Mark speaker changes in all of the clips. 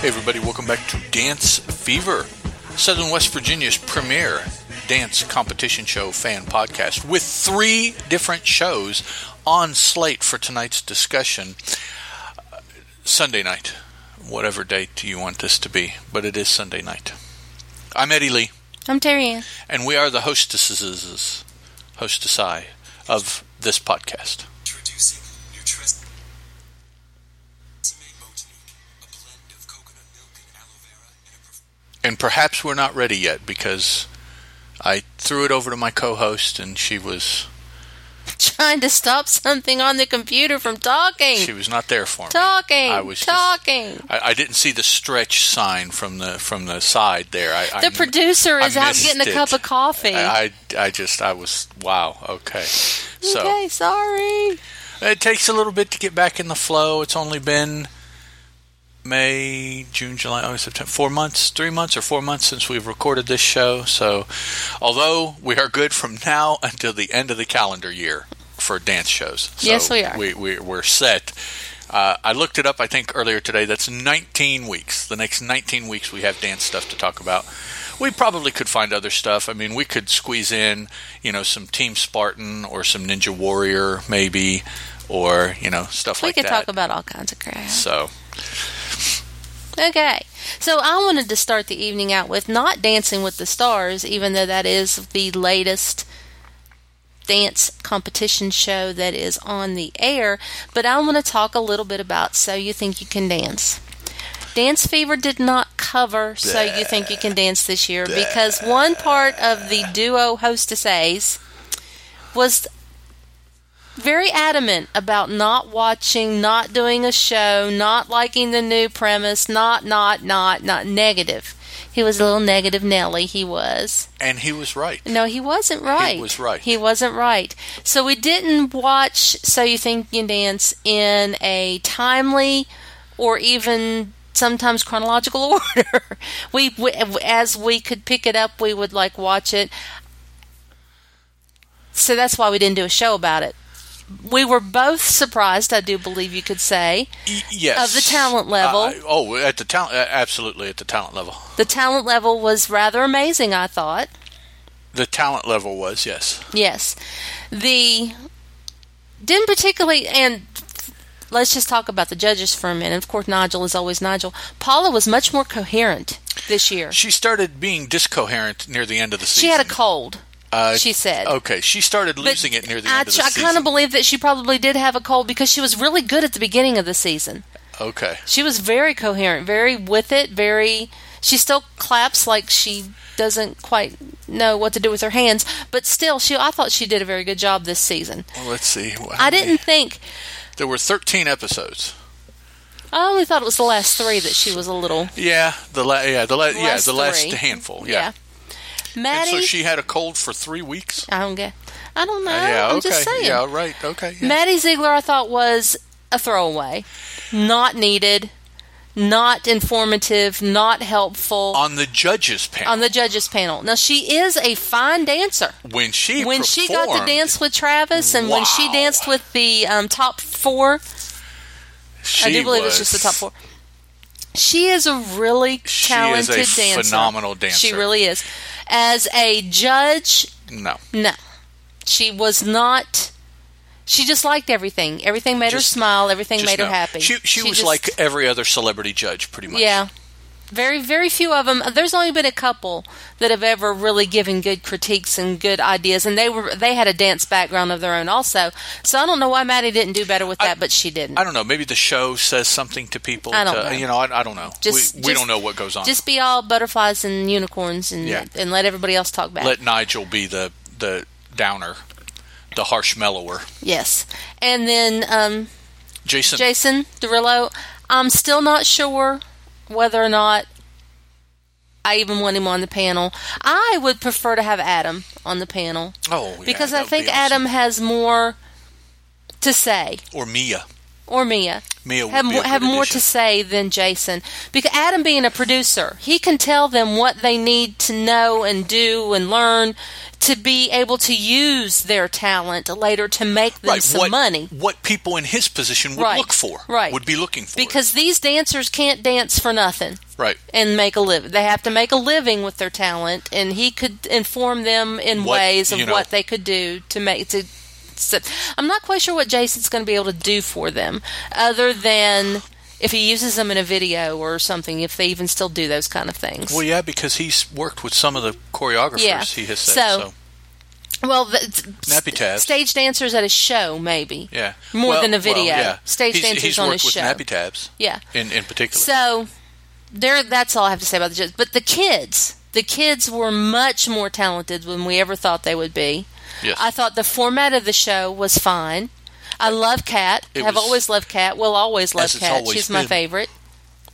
Speaker 1: Hey, everybody, welcome back to Dance Fever, Southern West Virginia's premier dance competition show fan podcast with three different shows on slate for tonight's discussion. Uh, Sunday night, whatever date you want this to be, but it is Sunday night. I'm Eddie Lee,
Speaker 2: I'm Terry Ann.
Speaker 1: and we are the hostesses, hostess I, of this podcast.
Speaker 3: Introducing Nutris. Sime Botanique, a blend of coconut milk and aloe vera and a perf-
Speaker 1: and perhaps we're not ready yet because I threw it over to my co-host and she was
Speaker 2: Trying to stop something on the computer from
Speaker 1: she
Speaker 2: talking.
Speaker 1: was not there for me.
Speaker 2: Talking.
Speaker 1: I was just-
Speaker 2: talking.
Speaker 1: I, I didn't see the stretch sign from the from the side there. I, I-
Speaker 2: the producer
Speaker 1: I
Speaker 2: is out
Speaker 1: missed
Speaker 2: getting a
Speaker 1: it. Uh,
Speaker 2: cup of coffee.
Speaker 1: I, I I just I was wow okay. So
Speaker 2: okay, sorry.
Speaker 1: it takes a little bit to get back in the flow. It's only been May, June, July, August, September, four months, three months or four months since we've recorded this show. So, although we are good from now until the end of the calendar year for dance shows, so
Speaker 2: Yes, we are.
Speaker 1: We, we, we're set. Uh, I looked it up, I think, earlier today. That's 19 weeks. The next 19 weeks, we have dance stuff to talk about. We probably could find other stuff. I mean, we could squeeze in, you know, some Team Spartan or some Ninja Warrior, maybe, or, you know, stuff
Speaker 2: we
Speaker 1: like
Speaker 2: could
Speaker 1: that.
Speaker 2: talk about all kinds of crap.
Speaker 1: so,
Speaker 2: Okay. So I wanted to start the evening out with not Dancing with the Stars, even though that is the latest dance competition show that is on the air, but I want to talk a little bit about So You Think You Can Dance. Dance Fever did not cover So You Think You Can Dance this year because one part of the duo hostess A's was very adamant about not watching, not doing a show, not liking the new premise, not, not, not, not negative. He was a little negative Nelly, he was.
Speaker 1: and he was right.
Speaker 2: No, he wasn't right.
Speaker 1: was right.
Speaker 2: He wasn't right. So we didn't watch So You Think You Can Dance in a timely or even sometimes chronological order. we, we as we could pick it up, we would like watch it. So that's why we didn't do a show about it. We were both surprised, I do believe you could say.
Speaker 1: Y- yes.
Speaker 2: Of the talent level.
Speaker 1: Uh, oh, at the talent, uh, absolutely at the talent level.
Speaker 2: The talent level was rather amazing, I thought.
Speaker 1: The talent level was yes.
Speaker 2: Yes. The didn't particularly and let's just talk about the judges for a minute. Of course Nigel is always Nigel. Paula was much more coherent this year.
Speaker 1: She started being discoherent near the end of the season.
Speaker 2: She had a cold.
Speaker 1: Uh,
Speaker 2: she said.
Speaker 1: Okay, she started
Speaker 2: But
Speaker 1: losing it near the
Speaker 2: I,
Speaker 1: end of the
Speaker 2: I
Speaker 1: season.
Speaker 2: kind of believe that she probably did have a cold because she was really good at the beginning of the season.
Speaker 1: okay,
Speaker 2: She was very coherent, very with it, very. She still claps like she doesn't quite know what to do with her hands, but still, she. I thought she did a very good job this season.
Speaker 1: well, let's see. How
Speaker 2: I
Speaker 1: many-
Speaker 2: didn't think
Speaker 1: There were thirteen episodes.
Speaker 2: I only thought it was the last three that she was a little.
Speaker 1: Yeah, the la- yeah the la- yeah
Speaker 2: Last
Speaker 1: the last
Speaker 2: three.
Speaker 1: handful.
Speaker 2: Yeah.
Speaker 1: Yeah. And
Speaker 2: Maddie,
Speaker 1: so she had a cold for three weeks.
Speaker 2: I don't get. I don't know.
Speaker 1: Uh, yeah.
Speaker 2: I'm
Speaker 1: okay.
Speaker 2: just saying.
Speaker 1: Yeah. Right. Okay. yeah.
Speaker 2: Maddie Ziegler, I thought was a throwaway, not needed, not informative, not helpful
Speaker 1: On the judges panel,
Speaker 2: on the judges panel. Now she is a fine dancer.
Speaker 1: when she
Speaker 2: When she got to
Speaker 1: performed,
Speaker 2: dance with Travis, and when she
Speaker 1: Wow.
Speaker 2: danced with the um, top four,
Speaker 1: she
Speaker 2: I do believe it's
Speaker 1: was-
Speaker 2: just the top four. She is a really
Speaker 1: She is a
Speaker 2: talented dancer.
Speaker 1: phenomenal dancer.
Speaker 2: She really is. As a judge,
Speaker 1: No.
Speaker 2: No. She was not. She just liked everything. Everything made
Speaker 1: Just-
Speaker 2: her smile. Everything
Speaker 1: Just
Speaker 2: made her
Speaker 1: no.
Speaker 2: happy.
Speaker 1: She she, was
Speaker 2: just-
Speaker 1: like every other celebrity judge, pretty much.
Speaker 2: yeah. Very, very few of them. There's only been a couple that have ever really given good critiques and good ideas, and they were they had a dance background of their own also. So I don't know why Maddie didn't do better with that, but she didn't.
Speaker 1: I don't know. Maybe the show says something to people.
Speaker 2: I don't
Speaker 1: to-
Speaker 2: know.
Speaker 1: You know, I, I don't know.
Speaker 2: Just-
Speaker 1: we we
Speaker 2: just-
Speaker 1: don't know what goes on.
Speaker 2: Just be all butterflies and unicorns, and
Speaker 1: Yeah.
Speaker 2: and let everybody else talk back.
Speaker 1: Let Nigel be the the downer, the harsh mellower.
Speaker 2: yes, and then um,
Speaker 1: Jason,
Speaker 2: Jason Derulo, I'm still not sure whether or not I even want him on the panel. I would prefer to have Adam on the panel
Speaker 1: oh, yeah,
Speaker 2: because
Speaker 1: that
Speaker 2: I
Speaker 1: would
Speaker 2: think
Speaker 1: be awesome.
Speaker 2: Adam has more to say,
Speaker 1: or Mia,
Speaker 2: or Mia
Speaker 1: Mia would
Speaker 2: have
Speaker 1: be a
Speaker 2: mo-
Speaker 1: good
Speaker 2: have more
Speaker 1: addition.
Speaker 2: to say than Jason because Adam being a producer, he can tell them what they need to know and do and learn to be able to use their talent later to make them some
Speaker 1: what,
Speaker 2: money.
Speaker 1: What people in his position would
Speaker 2: Right,
Speaker 1: look for,
Speaker 2: right.
Speaker 1: would be looking for. it.
Speaker 2: Because these dancers can't dance for nothing
Speaker 1: right.
Speaker 2: and make a living. They have to make a living with their talent, and he could inform them in
Speaker 1: What,
Speaker 2: ways of
Speaker 1: you know-
Speaker 2: what they could do to make to. So, I'm not quite sure what Jason's going to be able to do for them, other than if he uses them in a video or something. If they even still do those kind of things.
Speaker 1: Well, yeah, because he's worked with some of the choreographers.
Speaker 2: Yeah.
Speaker 1: He has said
Speaker 2: So-
Speaker 1: so.
Speaker 2: Well, the, it's-
Speaker 1: Nappy Tabs.
Speaker 2: stage dancers at a show, maybe.
Speaker 1: Yeah,
Speaker 2: More
Speaker 1: Well-
Speaker 2: than a video.
Speaker 1: Well, yeah.
Speaker 2: Stage
Speaker 1: he's,
Speaker 2: dancers
Speaker 1: he's
Speaker 2: on a
Speaker 1: worked with
Speaker 2: show.
Speaker 1: Nappy Tabs
Speaker 2: Yeah.
Speaker 1: in in particular.
Speaker 2: So there that's all I have to say about the judges. But the kids, the kids were much more talented than we ever thought they would be.
Speaker 1: yes.
Speaker 2: I thought the format of the show was fine. I love Kat.
Speaker 1: It
Speaker 2: Have
Speaker 1: was-
Speaker 2: always loved Kat. Will always love
Speaker 1: As it's
Speaker 2: Kat.
Speaker 1: always
Speaker 2: She's my
Speaker 1: been.
Speaker 2: favorite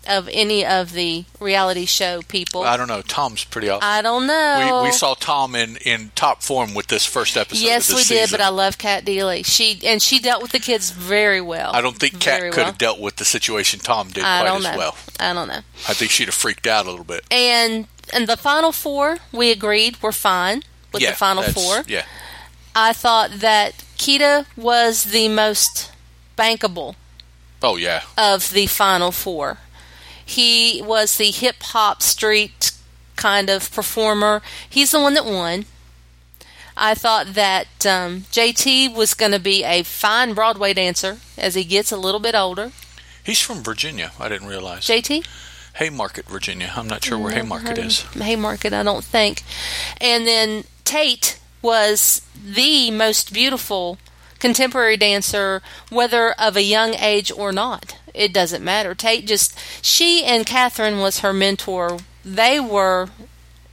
Speaker 2: of any of the reality show people.
Speaker 1: I don't know. Tom's pretty awesome.
Speaker 2: I don't know.
Speaker 1: we, we saw Tom in, in top form with this first episode.
Speaker 2: Yes,
Speaker 1: of
Speaker 2: we
Speaker 1: this
Speaker 2: did,
Speaker 1: season.
Speaker 2: but I love Kat Deely. She and she dealt with the kids very well.
Speaker 1: I don't think Kat
Speaker 2: Very
Speaker 1: could
Speaker 2: well.
Speaker 1: have dealt with the situation Tom did
Speaker 2: I
Speaker 1: quite
Speaker 2: don't
Speaker 1: as
Speaker 2: know.
Speaker 1: well.
Speaker 2: I don't know.
Speaker 1: I think she'd have freaked out a little bit.
Speaker 2: And and the final four, we agreed were fine with
Speaker 1: yeah,
Speaker 2: the final
Speaker 1: that's-
Speaker 2: four.
Speaker 1: Yeah,
Speaker 2: I thought that Kita was the most bankable
Speaker 1: Oh yeah,
Speaker 2: of the final four. He was the hip hop street kind of performer. He's the one that won. I thought that um, JT was going to be a fine Broadway dancer as he gets a little bit older.
Speaker 1: he's from Virginia. I didn't realize.
Speaker 2: JT?
Speaker 1: Haymarket, Virginia. I'm not sure
Speaker 2: Mm,
Speaker 1: where Haymarket
Speaker 2: mm-hmm.
Speaker 1: is.
Speaker 2: Haymarket, I don't think. And then Tate was the most beautiful contemporary dancer, whether of a young age or not. It doesn't matter. Tate just, she and Catherine was her mentor. They were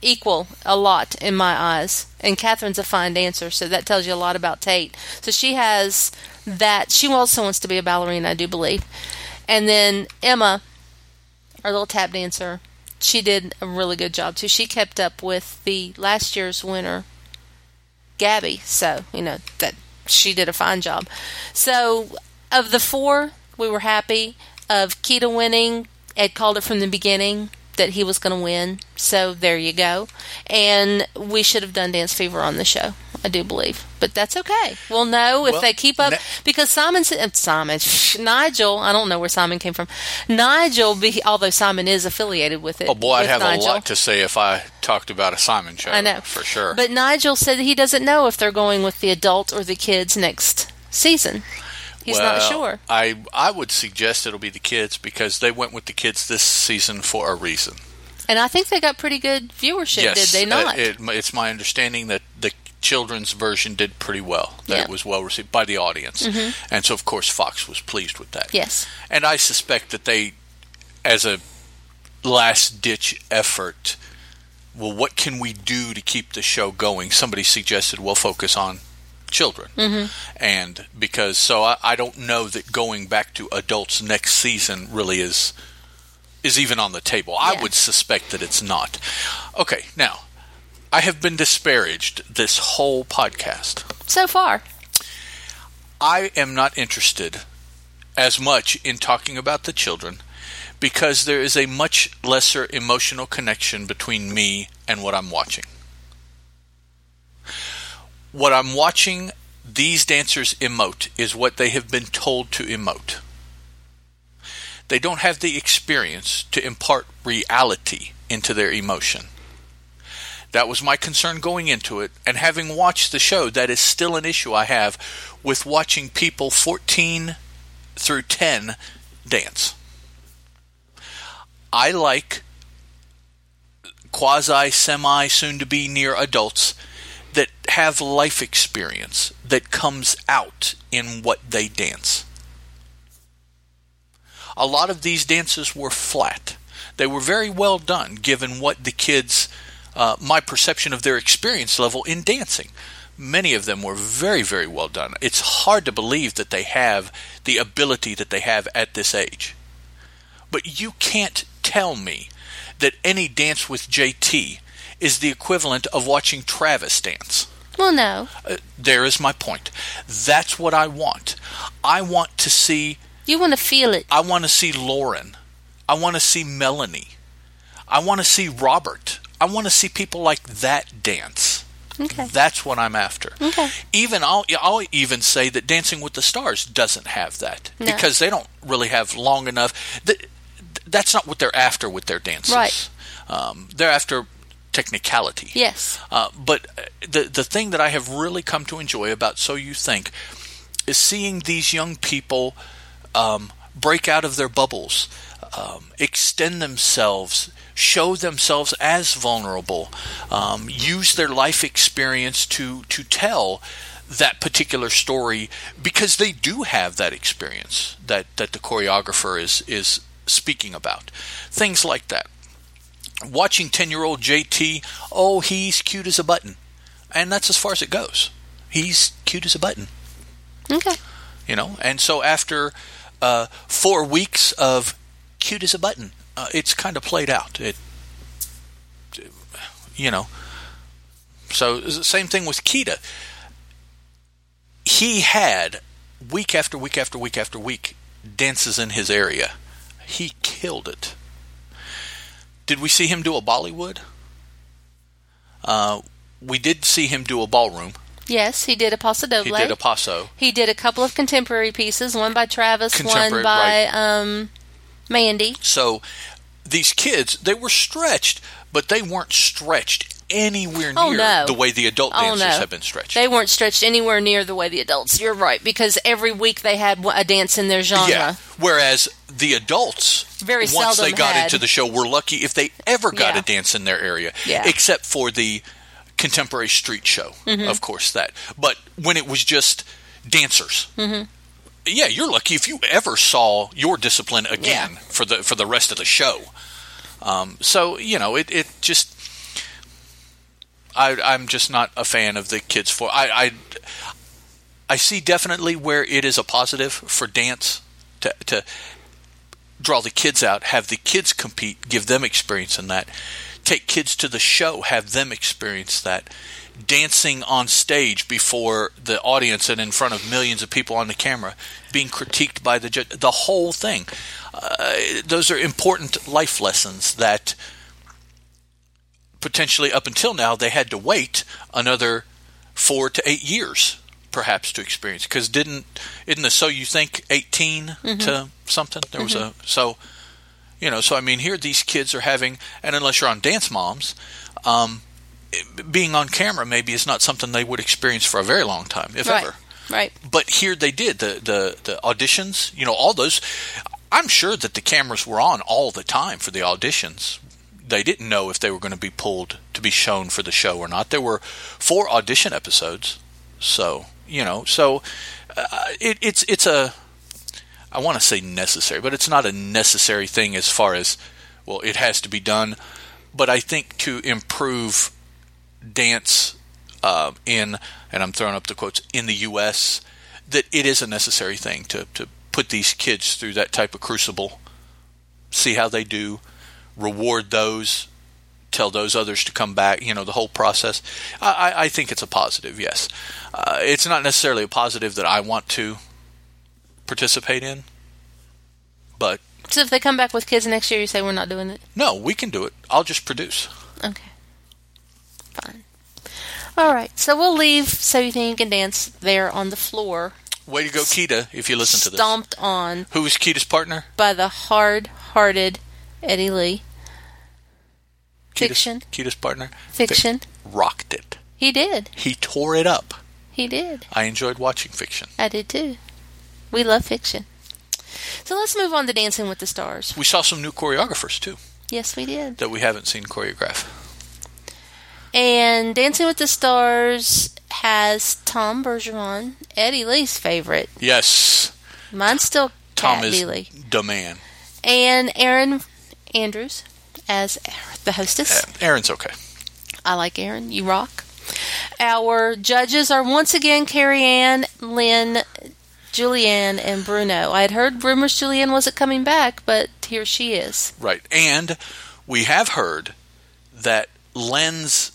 Speaker 2: equal a lot in my eyes. And Catherine's a fine dancer, so that tells you a lot about Tate. So she has that. She also wants to be a ballerina, I do believe. And then Emma, our little tap dancer, she did a really good job too. She kept up with the last year's winner, Gabby. So you know that she did a fine job. So of the four, we were happy of Keita winning. Ed called it from the beginning that he was going to win. So there you go. And we should have done Dance Fever on the show. I do believe, but that's okay. We'll know if
Speaker 1: Well,
Speaker 2: they keep up
Speaker 1: ne-
Speaker 2: because Simon, s- uh, Simon, Nigel. I don't know where Simon came from. Nigel, be, although Simon is affiliated with it.
Speaker 1: Oh boy, I'd
Speaker 2: with
Speaker 1: have a
Speaker 2: Nigel.
Speaker 1: lot to say if I talked about a Simon show.
Speaker 2: I know
Speaker 1: for sure.
Speaker 2: But Nigel said that he doesn't know if they're going with the adult or the kids next season. He's not
Speaker 1: Well,
Speaker 2: sure.
Speaker 1: I I would suggest it'll be the kids because they went with the kids this season for a reason.
Speaker 2: And I think they got pretty good viewership,
Speaker 1: yes, uh,
Speaker 2: did they not?
Speaker 1: It, it- it's my understanding that the children's version did pretty well. That
Speaker 2: Yeah. Mm-hmm.
Speaker 1: it was well received by the audience, and so of course Fox was pleased with that.
Speaker 2: yes.
Speaker 1: and I suspect that they, as a last ditch effort, well, what can we do to keep the show going? Somebody suggested we'll focus on children, and because so I, I don't know that going back to adults next season really is is even on the table. I
Speaker 2: Yeah.
Speaker 1: would suspect that it's not. Okay, now I have been disparaged this whole podcast.
Speaker 2: So far.
Speaker 1: I am not interested as much in talking about the children because there is a much lesser emotional connection between me and what I'm watching. What I'm watching these dancers emote is what they have been told to emote. They don't have the experience to impart reality into their emotion. That was my concern going into it, and having watched the show, that is still an issue I have with watching people 14 through 10 dance. I like quasi, semi, soon to be near adults that have life experience that comes out in what they dance. A lot of these dances were flat. They were very well done given what the kids, uh, my perception of their experience level in dancing. Many of them were very, very well done. It's hard to believe that they have the ability that they have at this age. But you can't tell me that any dance with JT is the equivalent of watching Travis dance.
Speaker 2: Well, no.
Speaker 1: Uh, there is my point. That's what I want. I want to see
Speaker 2: You want to feel it.
Speaker 1: I want to see Lauren. I want to see Melanie. I want to see Robert. I want to see people like that dance.
Speaker 2: Okay.
Speaker 1: That's what I'm after.
Speaker 2: Okay.
Speaker 1: Even I'll, I'll even say that Dancing with the Stars doesn't have that
Speaker 2: No.
Speaker 1: because they don't really have long enough. Th- th- that's not what they're after with their dances.
Speaker 2: Right.
Speaker 1: Um, they're after technicality.
Speaker 2: Yes.
Speaker 1: Uh, but uh, the the thing that I have really come to enjoy about So You Think is seeing these young people um, break out of their bubbles, um, extend themselves, show themselves as vulnerable, um, use their life experience to to tell that particular story because they do have that experience that that the choreographer is is speaking about things like that watching 10 year old JT, oh, he's cute as a button. And that's as far as it goes. He's cute as a button,
Speaker 2: Okay.
Speaker 1: you know? And so after uh, four weeks of cute as a button, uh, it's kind of played out. It, you know. So, it's the same thing with Keita. He had week after week after week after week dances in his area. He killed it. Did we see him do a Bollywood? Uh, we did see him do a ballroom.
Speaker 2: Yes, he did a Paso Doble.
Speaker 1: He did a paso.
Speaker 2: He did a couple of contemporary pieces, one by Travis, one
Speaker 1: Contemporary,
Speaker 2: by
Speaker 1: right.
Speaker 2: um, Mandy.
Speaker 1: So these kids, they were stretched, but they weren't stretched anywhere near
Speaker 2: Oh, no.
Speaker 1: the way the adult
Speaker 2: Oh,
Speaker 1: dancers
Speaker 2: no.
Speaker 1: have been stretched.
Speaker 2: They weren't stretched anywhere near the way the adults. You're right, because every week they had a dance in their genre.
Speaker 1: yeah. Whereas the adults,
Speaker 2: Very
Speaker 1: once they
Speaker 2: seldom
Speaker 1: got
Speaker 2: had-
Speaker 1: into the show, were lucky if they ever got
Speaker 2: Yeah.
Speaker 1: a dance in their area,
Speaker 2: Yeah.
Speaker 1: except for the contemporary street show,
Speaker 2: Mm-hmm.
Speaker 1: of course. That, but when it was just dancers,
Speaker 2: Mm-hmm.
Speaker 1: yeah, you're lucky if you ever saw your discipline again
Speaker 2: Yeah.
Speaker 1: for the for the rest of the show. Um, so you know, it it just. I, I'm just not a fan of the kids for I, I I see definitely where it is a positive for dance to to draw the kids out, have the kids compete, give them experience in that. Take kids to the show, have them experience that. Dancing on stage before the audience and in front of millions of people on the camera, being critiqued by the judge, the whole thing. Uh, those are important life lessons that potentially up until now they had to wait another four to eight years perhaps to experience because didn't isn't the so you think 18 to something there was a so you know so i mean here these kids are having and unless you're on dance moms um, it- being on camera maybe is not something they would experience for a very long time if
Speaker 2: right.
Speaker 1: ever
Speaker 2: Right.
Speaker 1: but here they did the, the the auditions you know all those i'm sure that the cameras were on all the time for the auditions they didn't know if they were going to be pulled to be shown for the show or not there were four audition episodes so you know so uh, it, it's it's a i want to say necessary but it's not a necessary thing as far as well it has to be done but i think to improve dance uh, in, and I'm throwing up the quotes, in the U.S., that it is a necessary thing to, to put these kids through that type of crucible, see how they do, reward those, tell those others to come back, you know, the whole process. I, I, I think it's a positive, yes. Uh, it's not necessarily a positive that I want to participate in, but
Speaker 2: So if they come back with kids next year, you say we're not doing it.
Speaker 1: no, we can do it. I'll just produce.
Speaker 2: Okay. Fine. All right. So we'll leave so you think you can dance there on the floor,
Speaker 1: Way to go, Keita, if you listen to this.
Speaker 2: stomped on
Speaker 1: Who was Keita's partner?
Speaker 2: by the hard-hearted Eddie Lee.
Speaker 1: Keita's-
Speaker 2: Fiction.
Speaker 1: Keita's partner.
Speaker 2: Fiction.
Speaker 1: rocked it.
Speaker 2: He did.
Speaker 1: He tore it up.
Speaker 2: He did.
Speaker 1: I enjoyed watching fiction.
Speaker 2: I did too. We love fiction. So let's move on to Dancing with the Stars.
Speaker 1: We saw some new choreographers too
Speaker 2: Yes, we did.
Speaker 1: that we haven't seen choreograph.
Speaker 2: And Dancing with the Stars has Tom Bergeron, Eddie Lee's favorite.
Speaker 1: Yes,
Speaker 2: Mine's still
Speaker 1: Tom
Speaker 2: Cat
Speaker 1: is
Speaker 2: Lee.
Speaker 1: the man.
Speaker 2: And Aaron Andrews as the hostess.
Speaker 1: Uh, Aaron's okay.
Speaker 2: I like Aaron. You rock. Our judges are once again Carrie Ann, Lynn, Julianne, and Bruno. I had heard rumors Julianne wasn't coming back, but here she is.
Speaker 1: Right. And we have heard that Len's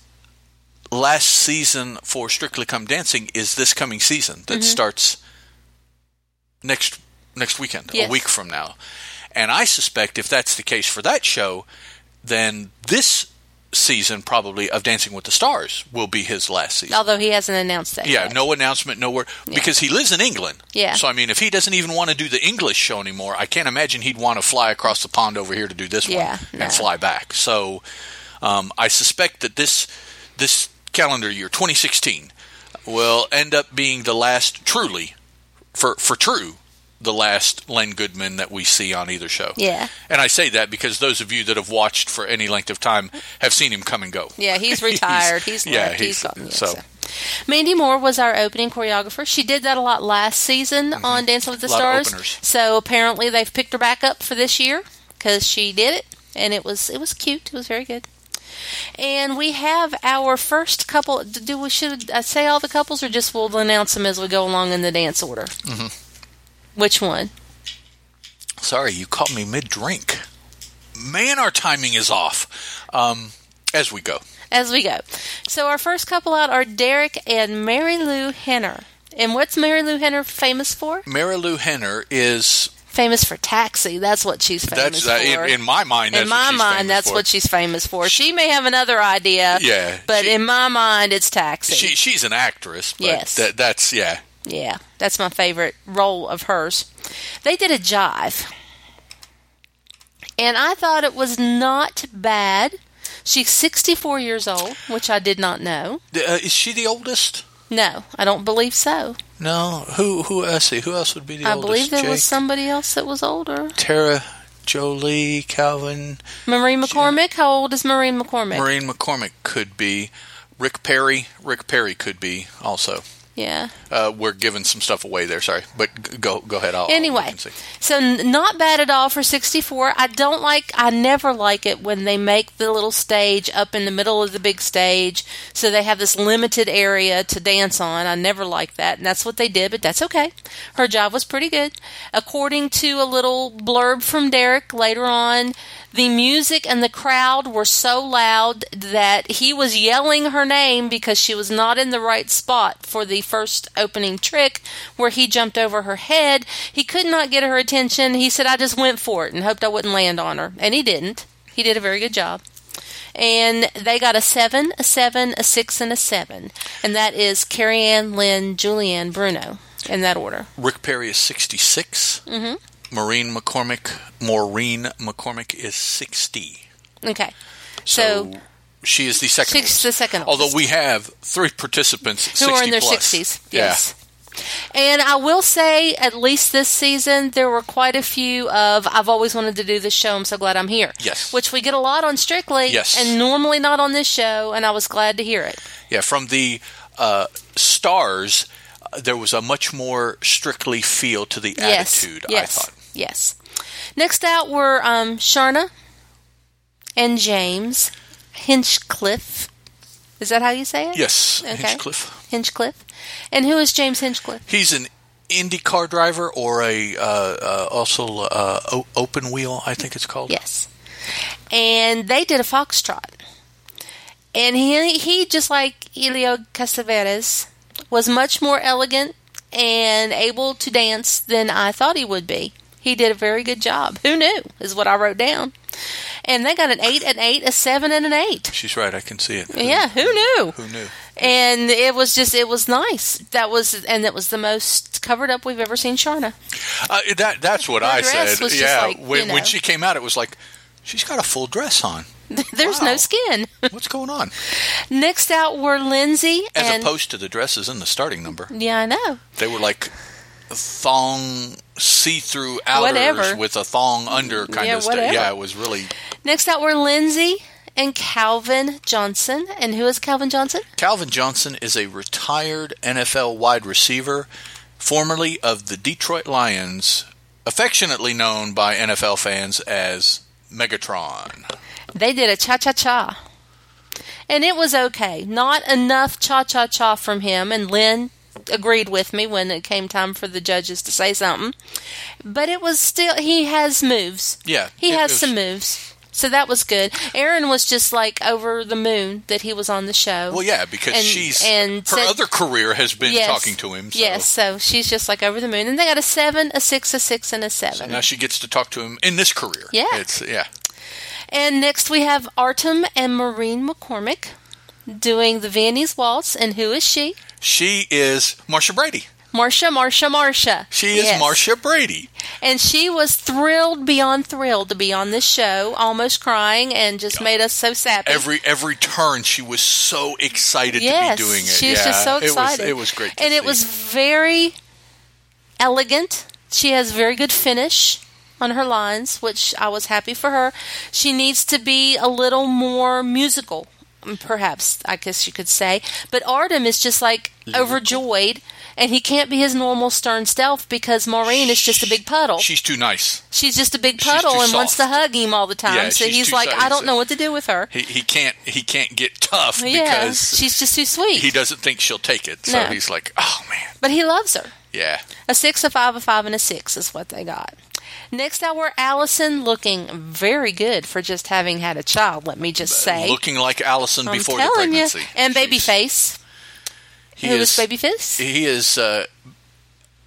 Speaker 1: last season for Strictly Come Dancing is this coming season that starts next next weekend,
Speaker 2: Yes.
Speaker 1: a week from now. And I suspect if that's the case for that show, then this season probably of Dancing with the Stars will be his last season.
Speaker 2: Although he hasn't announced that.
Speaker 1: Yeah,
Speaker 2: yet.
Speaker 1: no announcement, nowhere because he lives in England.
Speaker 2: Yeah.
Speaker 1: So I mean, if he doesn't even want to do the English show anymore, I can't imagine he'd want to fly across the pond over here to do this
Speaker 2: Yeah,
Speaker 1: one
Speaker 2: no.
Speaker 1: and fly back. So um, I suspect that this this calendar year, 2016, will end up being the last truly for for true the last Len Goodman that we see on either show.
Speaker 2: Yeah.
Speaker 1: And I say that because those of you that have watched for any length of time have seen him come and go.
Speaker 2: Yeah, he's retired. He's,
Speaker 1: yeah,
Speaker 2: left.
Speaker 1: he's-
Speaker 2: he's gone. Yeah,
Speaker 1: so.
Speaker 2: so. Mandy Moore was our opening choreographer. She did that a lot last season on Dancing with the
Speaker 1: Mm-hmm. A lot of
Speaker 2: Stars.
Speaker 1: openers.
Speaker 2: So apparently they've picked her back up for this year because she did it, and it was it was cute. It was very good. And we have our first couple. d- Do we should I say all the couples, or just we'll announce them as we go along in the dance order? Mm-hmm. Which one?
Speaker 1: Sorry, you caught me mid drink. Man, our timing is off. Um, as we go,
Speaker 2: as we go. So our first couple out are Derek and Mary Lou Henner. And what's Mary Lou Henner famous for?
Speaker 1: Mary Lou Henner is
Speaker 2: Famous for Taxi. That's what she's famous
Speaker 1: that's uh,
Speaker 2: for.
Speaker 1: in, in my mind. That's
Speaker 2: In
Speaker 1: what
Speaker 2: my
Speaker 1: she's
Speaker 2: mind,
Speaker 1: famous
Speaker 2: that's
Speaker 1: for.
Speaker 2: what she's famous for. She may have another idea,
Speaker 1: Yeah,
Speaker 2: but
Speaker 1: she-
Speaker 2: in my mind, it's Taxi.
Speaker 1: She, she's an actress. But
Speaker 2: Yes.
Speaker 1: that, that's yeah.
Speaker 2: yeah, that's my favorite role of hers. They did a jive, and I thought it was not bad. She's 64 years old, which I did not know.
Speaker 1: The- Uh, is she the oldest?
Speaker 2: No, I don't believe so.
Speaker 1: No. Who who else? see, Who else would be the
Speaker 2: I
Speaker 1: oldest?
Speaker 2: believe there was
Speaker 1: Jake,
Speaker 2: somebody else that was older.
Speaker 1: Tara Jolie, Calvin,
Speaker 2: Marie McCormick. How old is Marie McCormick?
Speaker 1: Maureen McCormick could be. Rick Perry. Rick Perry could be also.
Speaker 2: Yeah.
Speaker 1: Uh, we're giving some stuff away there. Sorry, but g- go go ahead. I'll, I'll look
Speaker 2: Anyway,
Speaker 1: and see.
Speaker 2: so n- not bad at all for 64. I don't like, I never like it when they make the little stage up in the middle of the big stage. So they have this limited area to dance on. I never like that. And that's what they did, but that's okay. Her job was pretty good. According to a little blurb from Derek later on, the music and the crowd were so loud that he was yelling her name because she was not in the right spot for the first opening trick where he jumped over her head. He could not get her attention. He said, I just went for it and hoped I wouldn't land on her. And he didn't. He did a very good job. And they got a seven, a seven, a six, and a seven. And that is Carrie Ann, Lynn, Julianne, Bruno in that order.
Speaker 1: Rick Perry is 66. Mm-hmm. Maureen McCormick, Maureen McCormick is 60.
Speaker 2: Okay.
Speaker 1: So,
Speaker 2: So-
Speaker 1: she is the second
Speaker 2: Six-
Speaker 1: oldest.
Speaker 2: the second
Speaker 1: Although
Speaker 2: oldest.
Speaker 1: we have three participants
Speaker 2: who
Speaker 1: 60
Speaker 2: are in their
Speaker 1: plus.
Speaker 2: 60s.
Speaker 1: Yeah.
Speaker 2: Yes. And I will say, at least this season, there were quite a few of I've always wanted to do this show. I'm so glad I'm here.
Speaker 1: Yes.
Speaker 2: Which we get a lot on Strictly.
Speaker 1: Yes.
Speaker 2: And normally not on this show. And I was glad to hear it.
Speaker 1: Yeah, from the uh, stars, uh, there was a much more strictly feel to the attitude,
Speaker 2: yes. Yes.
Speaker 1: I thought.
Speaker 2: Yes. Next out were um, Sharna and James Hinchcliffe. Is that how you say it?
Speaker 1: Yes,
Speaker 2: Okay.
Speaker 1: Hinchcliffe.
Speaker 2: Hinchcliffe. And who is James Hinchcliffe?
Speaker 1: He's an Indy car driver or a uh, uh, also uh, o- open wheel, I think it's called.
Speaker 2: Yes. And they did a foxtrot. And he, he just like Elio Casaveras, was much more elegant and able to dance than I thought he would be. He did a very good job. Who knew, is what I wrote down. And they got an 8, an 8, a 7, and an 8.
Speaker 1: She's right, I can see it.
Speaker 2: Yeah, who knew?
Speaker 1: Who knew?
Speaker 2: And it was just, it was nice. That was, and it was the most covered up we've ever seen Shauna.
Speaker 1: Uh, that that's what
Speaker 2: Her
Speaker 1: I
Speaker 2: dress
Speaker 1: said.
Speaker 2: was just
Speaker 1: yeah,
Speaker 2: like, you
Speaker 1: when, when
Speaker 2: know.
Speaker 1: she came out, it was like she's got a full dress on.
Speaker 2: There's
Speaker 1: Wow.
Speaker 2: no skin.
Speaker 1: What's going on?
Speaker 2: Next out were Lindsay
Speaker 1: As
Speaker 2: and.
Speaker 1: opposed to the dresses in the starting number,
Speaker 2: yeah, I know.
Speaker 1: they were like thong see-through outers
Speaker 2: Whatever.
Speaker 1: with a thong under kind
Speaker 2: Yeah,
Speaker 1: of stuff.
Speaker 2: whatever.
Speaker 1: Yeah, it was really
Speaker 2: Next out were Lindsay and Calvin Johnson. And who is Calvin Johnson?
Speaker 1: Calvin Johnson is a retired NFL wide receiver, formerly of the Detroit Lions, affectionately known by NFL fans as Megatron.
Speaker 2: They did a cha cha cha. And it was okay. Not enough cha cha cha from him. And Lynn agreed with me when it came time for the judges to say something. But it was still, he has moves.
Speaker 1: Yeah,
Speaker 2: He
Speaker 1: it
Speaker 2: has
Speaker 1: was-
Speaker 2: some moves. So that was good. Aaron was just like over the moon that he was on the show.
Speaker 1: Well, yeah, because
Speaker 2: And-
Speaker 1: she's
Speaker 2: and
Speaker 1: her
Speaker 2: so-
Speaker 1: other career has been talking to him. So.
Speaker 2: Yes, so she's just like over the moon. And they got a seven, a six, a six, and a seven.
Speaker 1: Now she gets to talk to him in this career.
Speaker 2: Yeah.
Speaker 1: It's yeah.
Speaker 2: And next we have Artem and Maureen McCormick doing the Viennese Waltz. And who is she?
Speaker 1: She is Marsha Brady.
Speaker 2: Marcia, Marcia, Marcia.
Speaker 1: She is
Speaker 2: Yes.
Speaker 1: Marcia Brady.
Speaker 2: And she was thrilled beyond thrilled to be on this show, almost crying, and just made us so sappy.
Speaker 1: Every every turn, she was so excited
Speaker 2: yes,
Speaker 1: to be doing it.
Speaker 2: she was
Speaker 1: yeah,
Speaker 2: just so excited.
Speaker 1: It was, it was great, to
Speaker 2: and it
Speaker 1: see.
Speaker 2: was very elegant. She has very good finish on her lines, which I was happy for her. She needs to be a little more musical, um, perhaps I guess you could say. But Artem is just like overjoyed, and he can't be his normal stern self because Maureen is just a big puddle.
Speaker 1: She's too nice.
Speaker 2: She's just a big
Speaker 1: She's
Speaker 2: puddle
Speaker 1: too
Speaker 2: and wants to
Speaker 1: soft.
Speaker 2: hug him all the time.
Speaker 1: Yeah,
Speaker 2: so
Speaker 1: she's
Speaker 2: he's
Speaker 1: too
Speaker 2: like,
Speaker 1: soft.
Speaker 2: I don't know what to do with her.
Speaker 1: He, he can't he can't get tough
Speaker 2: Yeah,
Speaker 1: because
Speaker 2: she's just too sweet.
Speaker 1: he doesn't think she'll take it. So
Speaker 2: No.
Speaker 1: he's like, oh man,
Speaker 2: but he loves her.
Speaker 1: yeah.
Speaker 2: A six, a five, a five, and a six is what they got. Next hour, Allison looking very good for just having had a child. Let me just say,
Speaker 1: Looking like Allison
Speaker 2: I'm
Speaker 1: before the
Speaker 2: telling you,
Speaker 1: pregnancy.
Speaker 2: and
Speaker 1: She's-
Speaker 2: Babyface,
Speaker 1: He
Speaker 2: who
Speaker 1: is
Speaker 2: was Babyface?
Speaker 1: he is uh,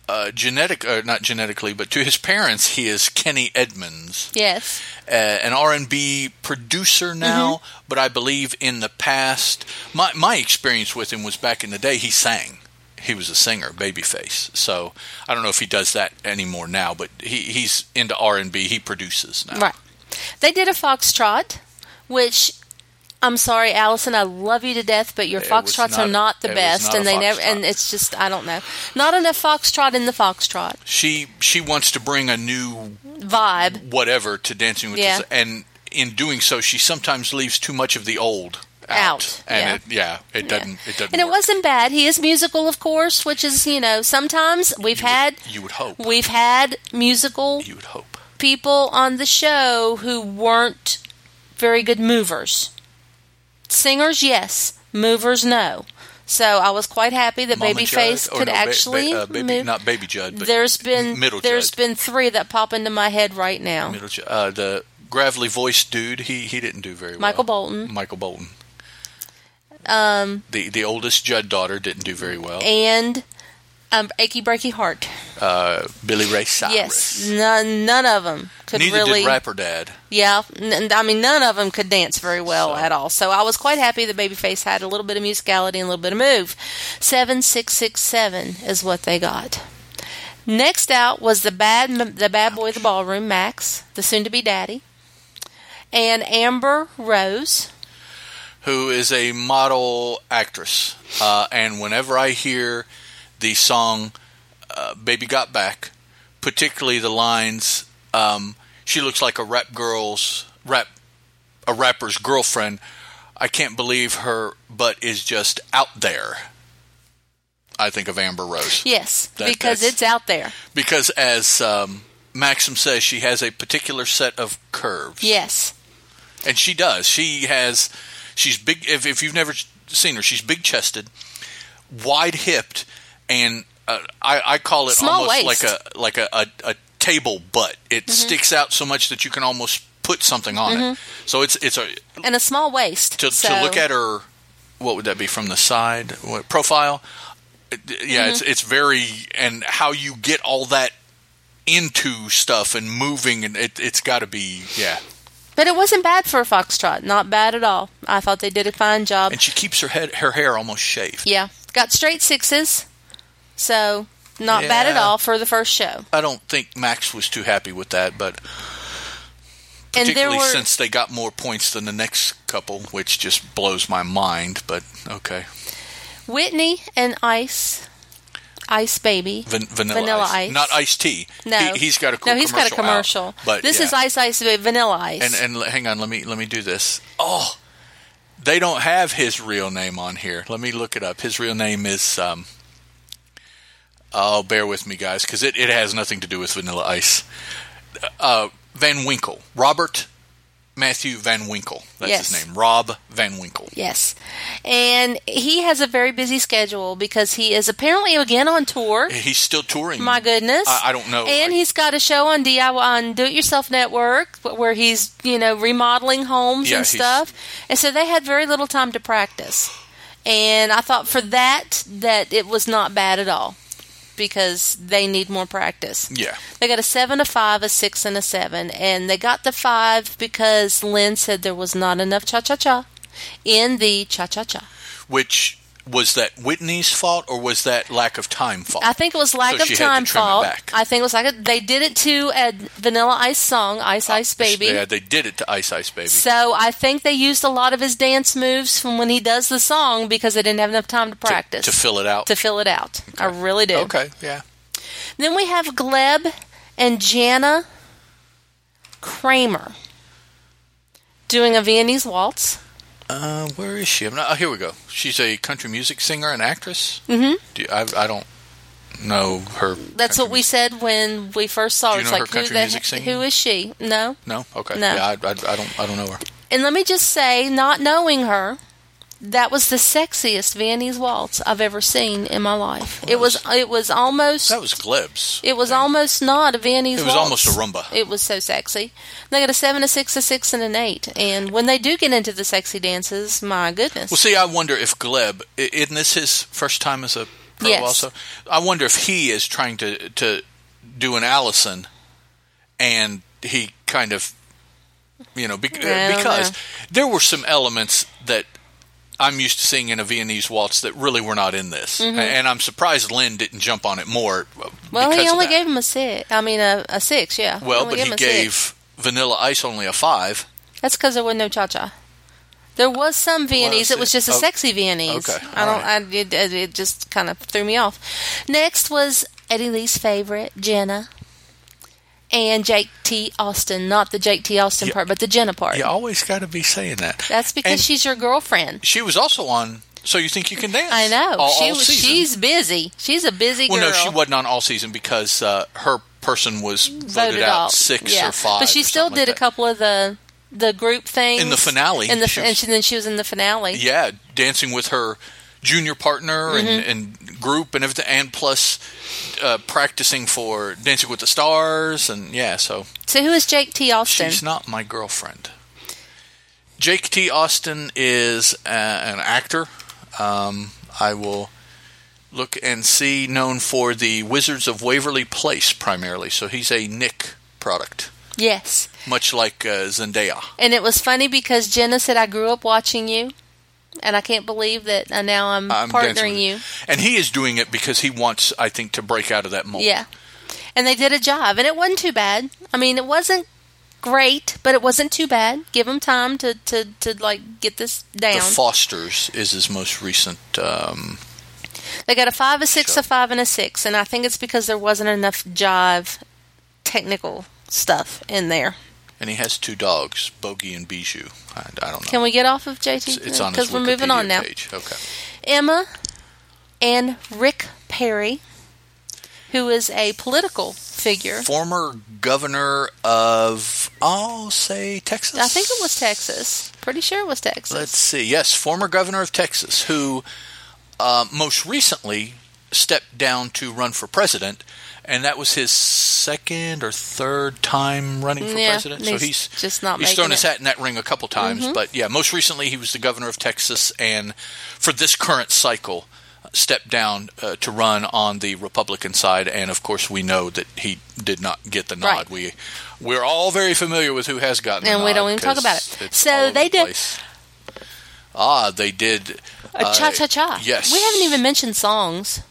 Speaker 1: uh, genetic, uh, not genetically, but to his parents, he is Kenny Edmonds,
Speaker 2: Yes,
Speaker 1: uh, an R and B producer now. But I believe in the past, my my experience with him was back in the day he sang. He was a singer, Babyface. So I don't know if he does that anymore now, but he, he's into R and B. He produces now.
Speaker 2: right. They did a foxtrot, which I'm sorry, Allison, I love you to death, but your
Speaker 1: It was
Speaker 2: foxtrots are
Speaker 1: not-
Speaker 2: not the
Speaker 1: it was
Speaker 2: best,
Speaker 1: not a
Speaker 2: and they never.
Speaker 1: foxtrot.
Speaker 2: And it's just I don't know, not enough foxtrot in the foxtrot
Speaker 1: She she wants to bring a new
Speaker 2: vibe.
Speaker 1: whatever to Dancing with
Speaker 2: Yeah.
Speaker 1: the and in doing so, she sometimes leaves too much of the old
Speaker 2: Out,
Speaker 1: out,
Speaker 2: yeah.
Speaker 1: and it, yeah, it doesn't, it doesn't.
Speaker 2: And it
Speaker 1: work.
Speaker 2: wasn't bad. He is musical, of course, which is you know sometimes we've
Speaker 1: You would-
Speaker 2: had
Speaker 1: you would hope.
Speaker 2: we've had musical
Speaker 1: you would hope.
Speaker 2: people on the show who weren't very good movers. Singers, yes. Movers, no. So I was quite happy that
Speaker 1: Mama
Speaker 2: Babyface
Speaker 1: Judd, or
Speaker 2: could
Speaker 1: no, ba- ba-
Speaker 2: actually
Speaker 1: uh, baby,
Speaker 2: move.
Speaker 1: not baby Judd, but
Speaker 2: there's been
Speaker 1: middle
Speaker 2: there's
Speaker 1: Judd.
Speaker 2: been three that pop into my head right now.
Speaker 1: middle Judd, uh, the gravelly voiced dude. He he didn't do very
Speaker 2: Michael
Speaker 1: well.
Speaker 2: Bolton.
Speaker 1: Michael Bolton. Um, the the oldest Judd daughter didn't do very well.
Speaker 2: And um, achy breaky heart.
Speaker 1: Uh, Billy Ray Cyrus.
Speaker 2: Yes, none none of them could
Speaker 1: Neither
Speaker 2: really.
Speaker 1: did Rapper Dad.
Speaker 2: Yeah, n- I mean, none of them could dance very well
Speaker 1: So-
Speaker 2: at all. So I was quite happy that Babyface had a little bit of musicality and a little bit of move. Seven six six seven is what they got. Next out was the bad m- the bad boy of the ballroom, Max, the soon to be daddy, and Amber Rose.
Speaker 1: who is a model actress. Uh, and whenever I hear the song uh, Baby Got Back, particularly the lines, um, she looks like a rap girl's rap, a rapper's girlfriend. I can't believe her butt is just out there. I think of Amber Rose
Speaker 2: Yes,
Speaker 1: That-
Speaker 2: because
Speaker 1: that's-
Speaker 2: it's out there.
Speaker 1: because, as um, Maxim says, she has a particular set of curves.
Speaker 2: Yes,
Speaker 1: and she does. She has, she's big. If, if you've never seen her, she's big chested, wide hipped, and uh, I, I call it
Speaker 2: Small
Speaker 1: almost
Speaker 2: waist. Mm-hmm.
Speaker 1: like a like a, a, a table butt. It sticks out so much that you can almost put something on it. So it's it's a
Speaker 2: and a small waist.
Speaker 1: to,
Speaker 2: Mm-hmm. so,
Speaker 1: to look at her. What would that be from the side what, profile? It- Yeah, it's
Speaker 2: Mm-hmm.
Speaker 1: it's very and how you get all that into stuff and moving and it, it's got to be yeah
Speaker 2: but it wasn't bad for a foxtrot. Not bad at all. I thought they did a fine job.
Speaker 1: and she keeps her head her hair almost shaved
Speaker 2: Yeah. Got straight sixes. So not bad at
Speaker 1: Yeah.
Speaker 2: all for the first show.
Speaker 1: I don't think Max was too happy with that, but
Speaker 2: And there
Speaker 1: particularly
Speaker 2: were
Speaker 1: since they got more points than the next couple, which just blows my mind. But okay,
Speaker 2: Whitney and Ice. Ice Baby.
Speaker 1: Van- vanilla,
Speaker 2: Vanilla
Speaker 1: ice.
Speaker 2: Ice.
Speaker 1: not iced tea.
Speaker 2: No.
Speaker 1: he, has got a cool
Speaker 2: No, he's got a
Speaker 1: commercial out.
Speaker 2: commercial.
Speaker 1: but
Speaker 2: this
Speaker 1: yeah.
Speaker 2: is Ice Ice Baby Vanilla Ice.
Speaker 1: And and l- hang on, let me let me do this. Oh, they don't have his real name on here. Let me look it up. His real name is um. Oh, bear with me, guys, because it, it has nothing to do with Vanilla Ice. Uh, Van Winkle, Robert Matthew Van Winkle. That's
Speaker 2: Yes.
Speaker 1: his name, Rob Van Winkle.
Speaker 2: yes. And he has a very busy schedule because he is apparently again on tour.
Speaker 1: He's still touring.
Speaker 2: My goodness.
Speaker 1: I, I don't know.
Speaker 2: And
Speaker 1: I-
Speaker 2: he's got a show on DIY on Do It Yourself Network wh- where he's, you know, remodeling homes
Speaker 1: Yeah,
Speaker 2: and
Speaker 1: he's-
Speaker 2: stuff. And so they had very little time to practice. And I thought for that that it was not bad at all. because they need more practice.
Speaker 1: Yeah.
Speaker 2: They got a seven, a five, a six, and a seven. And they got the five because Lynn said there was not enough cha cha cha in the cha cha cha.
Speaker 1: Which was that Whitney's fault or was that lack of time fault?
Speaker 2: I think it was lack
Speaker 1: So
Speaker 2: of
Speaker 1: she had to
Speaker 2: time
Speaker 1: trim it
Speaker 2: fault.
Speaker 1: back.
Speaker 2: I think it was like a, they did it to a Vanilla Ice song, Ice Ice Baby.
Speaker 1: Yeah, Oh, they did it to Ice Ice Baby.
Speaker 2: So I think they used a lot of his dance moves from when he does the song because they didn't have enough time to practice
Speaker 1: To fill it out.
Speaker 2: to fill it out. I really do.
Speaker 1: okay, yeah.
Speaker 2: Then we have Gleb and Jana Kramer doing a Viennese waltz.
Speaker 1: Uh, where is she? I'm not, oh, here we go. She's a country music singer and actress.
Speaker 2: Mhm.
Speaker 1: Do you- I, I don't know her.
Speaker 2: That's
Speaker 1: country
Speaker 2: what we said when we first saw
Speaker 1: Do you
Speaker 2: her. It's
Speaker 1: know
Speaker 2: like
Speaker 1: her country
Speaker 2: who, the,
Speaker 1: music
Speaker 2: he-
Speaker 1: singing?
Speaker 2: who is she? No.
Speaker 1: mu- No. Okay.
Speaker 2: No.
Speaker 1: Yeah, I, I, I don't. I don't know her.
Speaker 2: And let me just say, not knowing her, that was the sexiest Viennese waltz I've ever seen in my life. It was it was almost
Speaker 1: That was Gleb's.
Speaker 2: It was almost not a Viennese.
Speaker 1: It was almost
Speaker 2: waltz.
Speaker 1: a rumba.
Speaker 2: It was so sexy. They got a seven, a six, a six, and an eight. And when they do get into the sexy dances, my goodness.
Speaker 1: Well, see, I wonder if Gleb i- isn't this his first time as a pro.
Speaker 2: Yes.
Speaker 1: Also, I wonder if he is trying to to do an Allison, and he kind of, you know, bec-
Speaker 2: I don't
Speaker 1: because
Speaker 2: know.
Speaker 1: there were some elements that I'm used to seeing in a Viennese waltz that really were not in this, A- and I'm surprised Lynn didn't jump on it more. uh,
Speaker 2: Mm-hmm. Well,
Speaker 1: because
Speaker 2: he
Speaker 1: of
Speaker 2: only
Speaker 1: that.
Speaker 2: gave him a six. I mean, a, a six. Yeah.
Speaker 1: well,
Speaker 2: only
Speaker 1: but
Speaker 2: him
Speaker 1: he
Speaker 2: a
Speaker 1: gave
Speaker 2: Six.
Speaker 1: Vanilla Ice only a five.
Speaker 2: That's because there was no cha cha. There was some Viennese. it was
Speaker 1: it?
Speaker 2: just a
Speaker 1: Oh,
Speaker 2: sexy Viennese.
Speaker 1: okay,
Speaker 2: I
Speaker 1: all
Speaker 2: don't. I, it, it it just kind of threw me off. Next was Eddie Lee's favorite, Jenna, and Jake T. Austin. Not the Jake T. Austin
Speaker 1: Yeah.
Speaker 2: part, but the Jenna part.
Speaker 1: You always got to be saying that.
Speaker 2: That's because
Speaker 1: And-
Speaker 2: she's your girlfriend.
Speaker 1: She was also on. So you think you can dance?
Speaker 2: I know.
Speaker 1: All,
Speaker 2: she
Speaker 1: all
Speaker 2: was,
Speaker 1: season.
Speaker 2: she's busy. She's a busy
Speaker 1: Well,
Speaker 2: girl.
Speaker 1: no, she wasn't on all season because uh, her person was voted,
Speaker 2: voted
Speaker 1: out
Speaker 2: off.
Speaker 1: six
Speaker 2: Yeah.
Speaker 1: or five.
Speaker 2: But she
Speaker 1: or
Speaker 2: still
Speaker 1: something like
Speaker 2: did a
Speaker 1: that.
Speaker 2: couple of the the group things
Speaker 1: In the finale,
Speaker 2: In the
Speaker 1: she
Speaker 2: and
Speaker 1: was-
Speaker 2: she, then she was in the finale.
Speaker 1: Yeah, dancing with her junior partner
Speaker 2: Mm-hmm.
Speaker 1: and, and group and everything, and plus uh, practicing for Dancing with the Stars. And yeah, so
Speaker 2: So who is Jake T. Austin?
Speaker 1: she's not my girlfriend. Jake T. Austin is a, an actor. Um, I will look and see, known for the Wizards of Waverly Place primarily. So he's a Nick product.
Speaker 2: yes.
Speaker 1: much like uh, Zendaya.
Speaker 2: And it was funny because Jenna said, "I grew up watching you." And I can't believe that uh, now I'm,
Speaker 1: I'm dancing
Speaker 2: partnering
Speaker 1: with
Speaker 2: you.
Speaker 1: And he is doing it because he wants, I think, to break out of that mold.
Speaker 2: Yeah. And they did a job, and it wasn't too bad. I mean, it wasn't great, but it wasn't too bad. Give them time to, to, to like get this
Speaker 1: The
Speaker 2: down.
Speaker 1: Fosters is his most recent. Um,
Speaker 2: They got a five, a six,
Speaker 1: Sure.
Speaker 2: a five, and a six, and I think it's because there wasn't enough jive technical stuff in there.
Speaker 1: and he has two dogs, Bogey and Bijou. I, I don't know.
Speaker 2: Can we get off of
Speaker 1: it's,
Speaker 2: JT?
Speaker 1: it's on his
Speaker 2: we're moving
Speaker 1: Wikipedia
Speaker 2: on now.
Speaker 1: Page. Okay.
Speaker 2: Emma and Rick Perry, who is a political figure.
Speaker 1: Former governor of, I'll say Texas.
Speaker 2: I think it was Texas. Pretty sure it was Texas.
Speaker 1: Let's see. Yes, former governor of Texas, who uh, most recently stepped down to run for president, and that was his second or third time running for
Speaker 2: Yeah,
Speaker 1: president.
Speaker 2: and
Speaker 1: So
Speaker 2: he's
Speaker 1: he's
Speaker 2: just not
Speaker 1: he's
Speaker 2: making
Speaker 1: thrown his
Speaker 2: it. Mm-hmm.
Speaker 1: hat in that ring a couple times, but yeah, most recently he was the governor of Texas, and for this current cycle. uh, Stepped down uh, to run on the Republican side, and of course we know that he did not get the nod.
Speaker 2: Right.
Speaker 1: We we're all very familiar with who has gotten, the
Speaker 2: And we
Speaker 1: nod
Speaker 2: don't even talk
Speaker 1: 'cause
Speaker 2: about it.
Speaker 1: it's
Speaker 2: So
Speaker 1: all over
Speaker 2: they
Speaker 1: the
Speaker 2: did-
Speaker 1: place. Ah, they did.
Speaker 2: a
Speaker 1: uh,
Speaker 2: cha cha cha.
Speaker 1: yes.
Speaker 2: We haven't even mentioned songs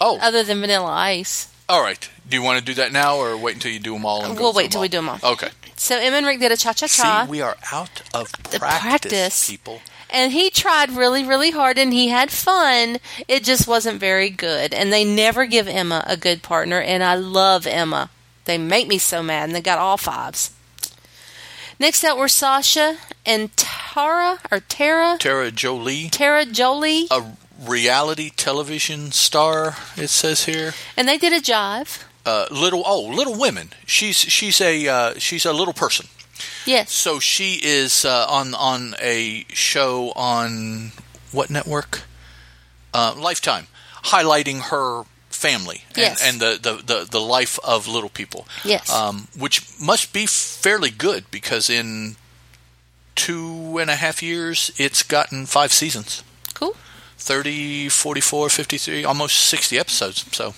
Speaker 1: Oh,
Speaker 2: other than Vanilla Ice.
Speaker 1: all right. Do you want to do that now, or wait until you do them all? And go
Speaker 2: We'll
Speaker 1: through
Speaker 2: wait till we do 'em all.
Speaker 1: Okay.
Speaker 2: So Emma and Rick did a cha cha cha.
Speaker 1: See, we are out of
Speaker 2: The
Speaker 1: practice,
Speaker 2: practice.
Speaker 1: people.
Speaker 2: and he tried really really hard and he had fun it just wasn't very good and they never give emma a good partner and i love emma they make me so mad and they got all fives next up were sasha and tara or tara
Speaker 1: Tara Jolie,
Speaker 2: tara jolie
Speaker 1: a reality television star. It says here.
Speaker 2: and they did a jive
Speaker 1: Uh, little oh, Little Women. She's she's a uh, she's a little person.
Speaker 2: yes
Speaker 1: So she is uh, on on a show on what network? Uh, Lifetime, highlighting her family and,
Speaker 2: Yes.
Speaker 1: and the, the, the, the life of little people.
Speaker 2: Yes.
Speaker 1: Um, which must be fairly good because in two and a half years, it's gotten five seasons
Speaker 2: cool
Speaker 1: 30, 44, 53, almost 60 episodes. So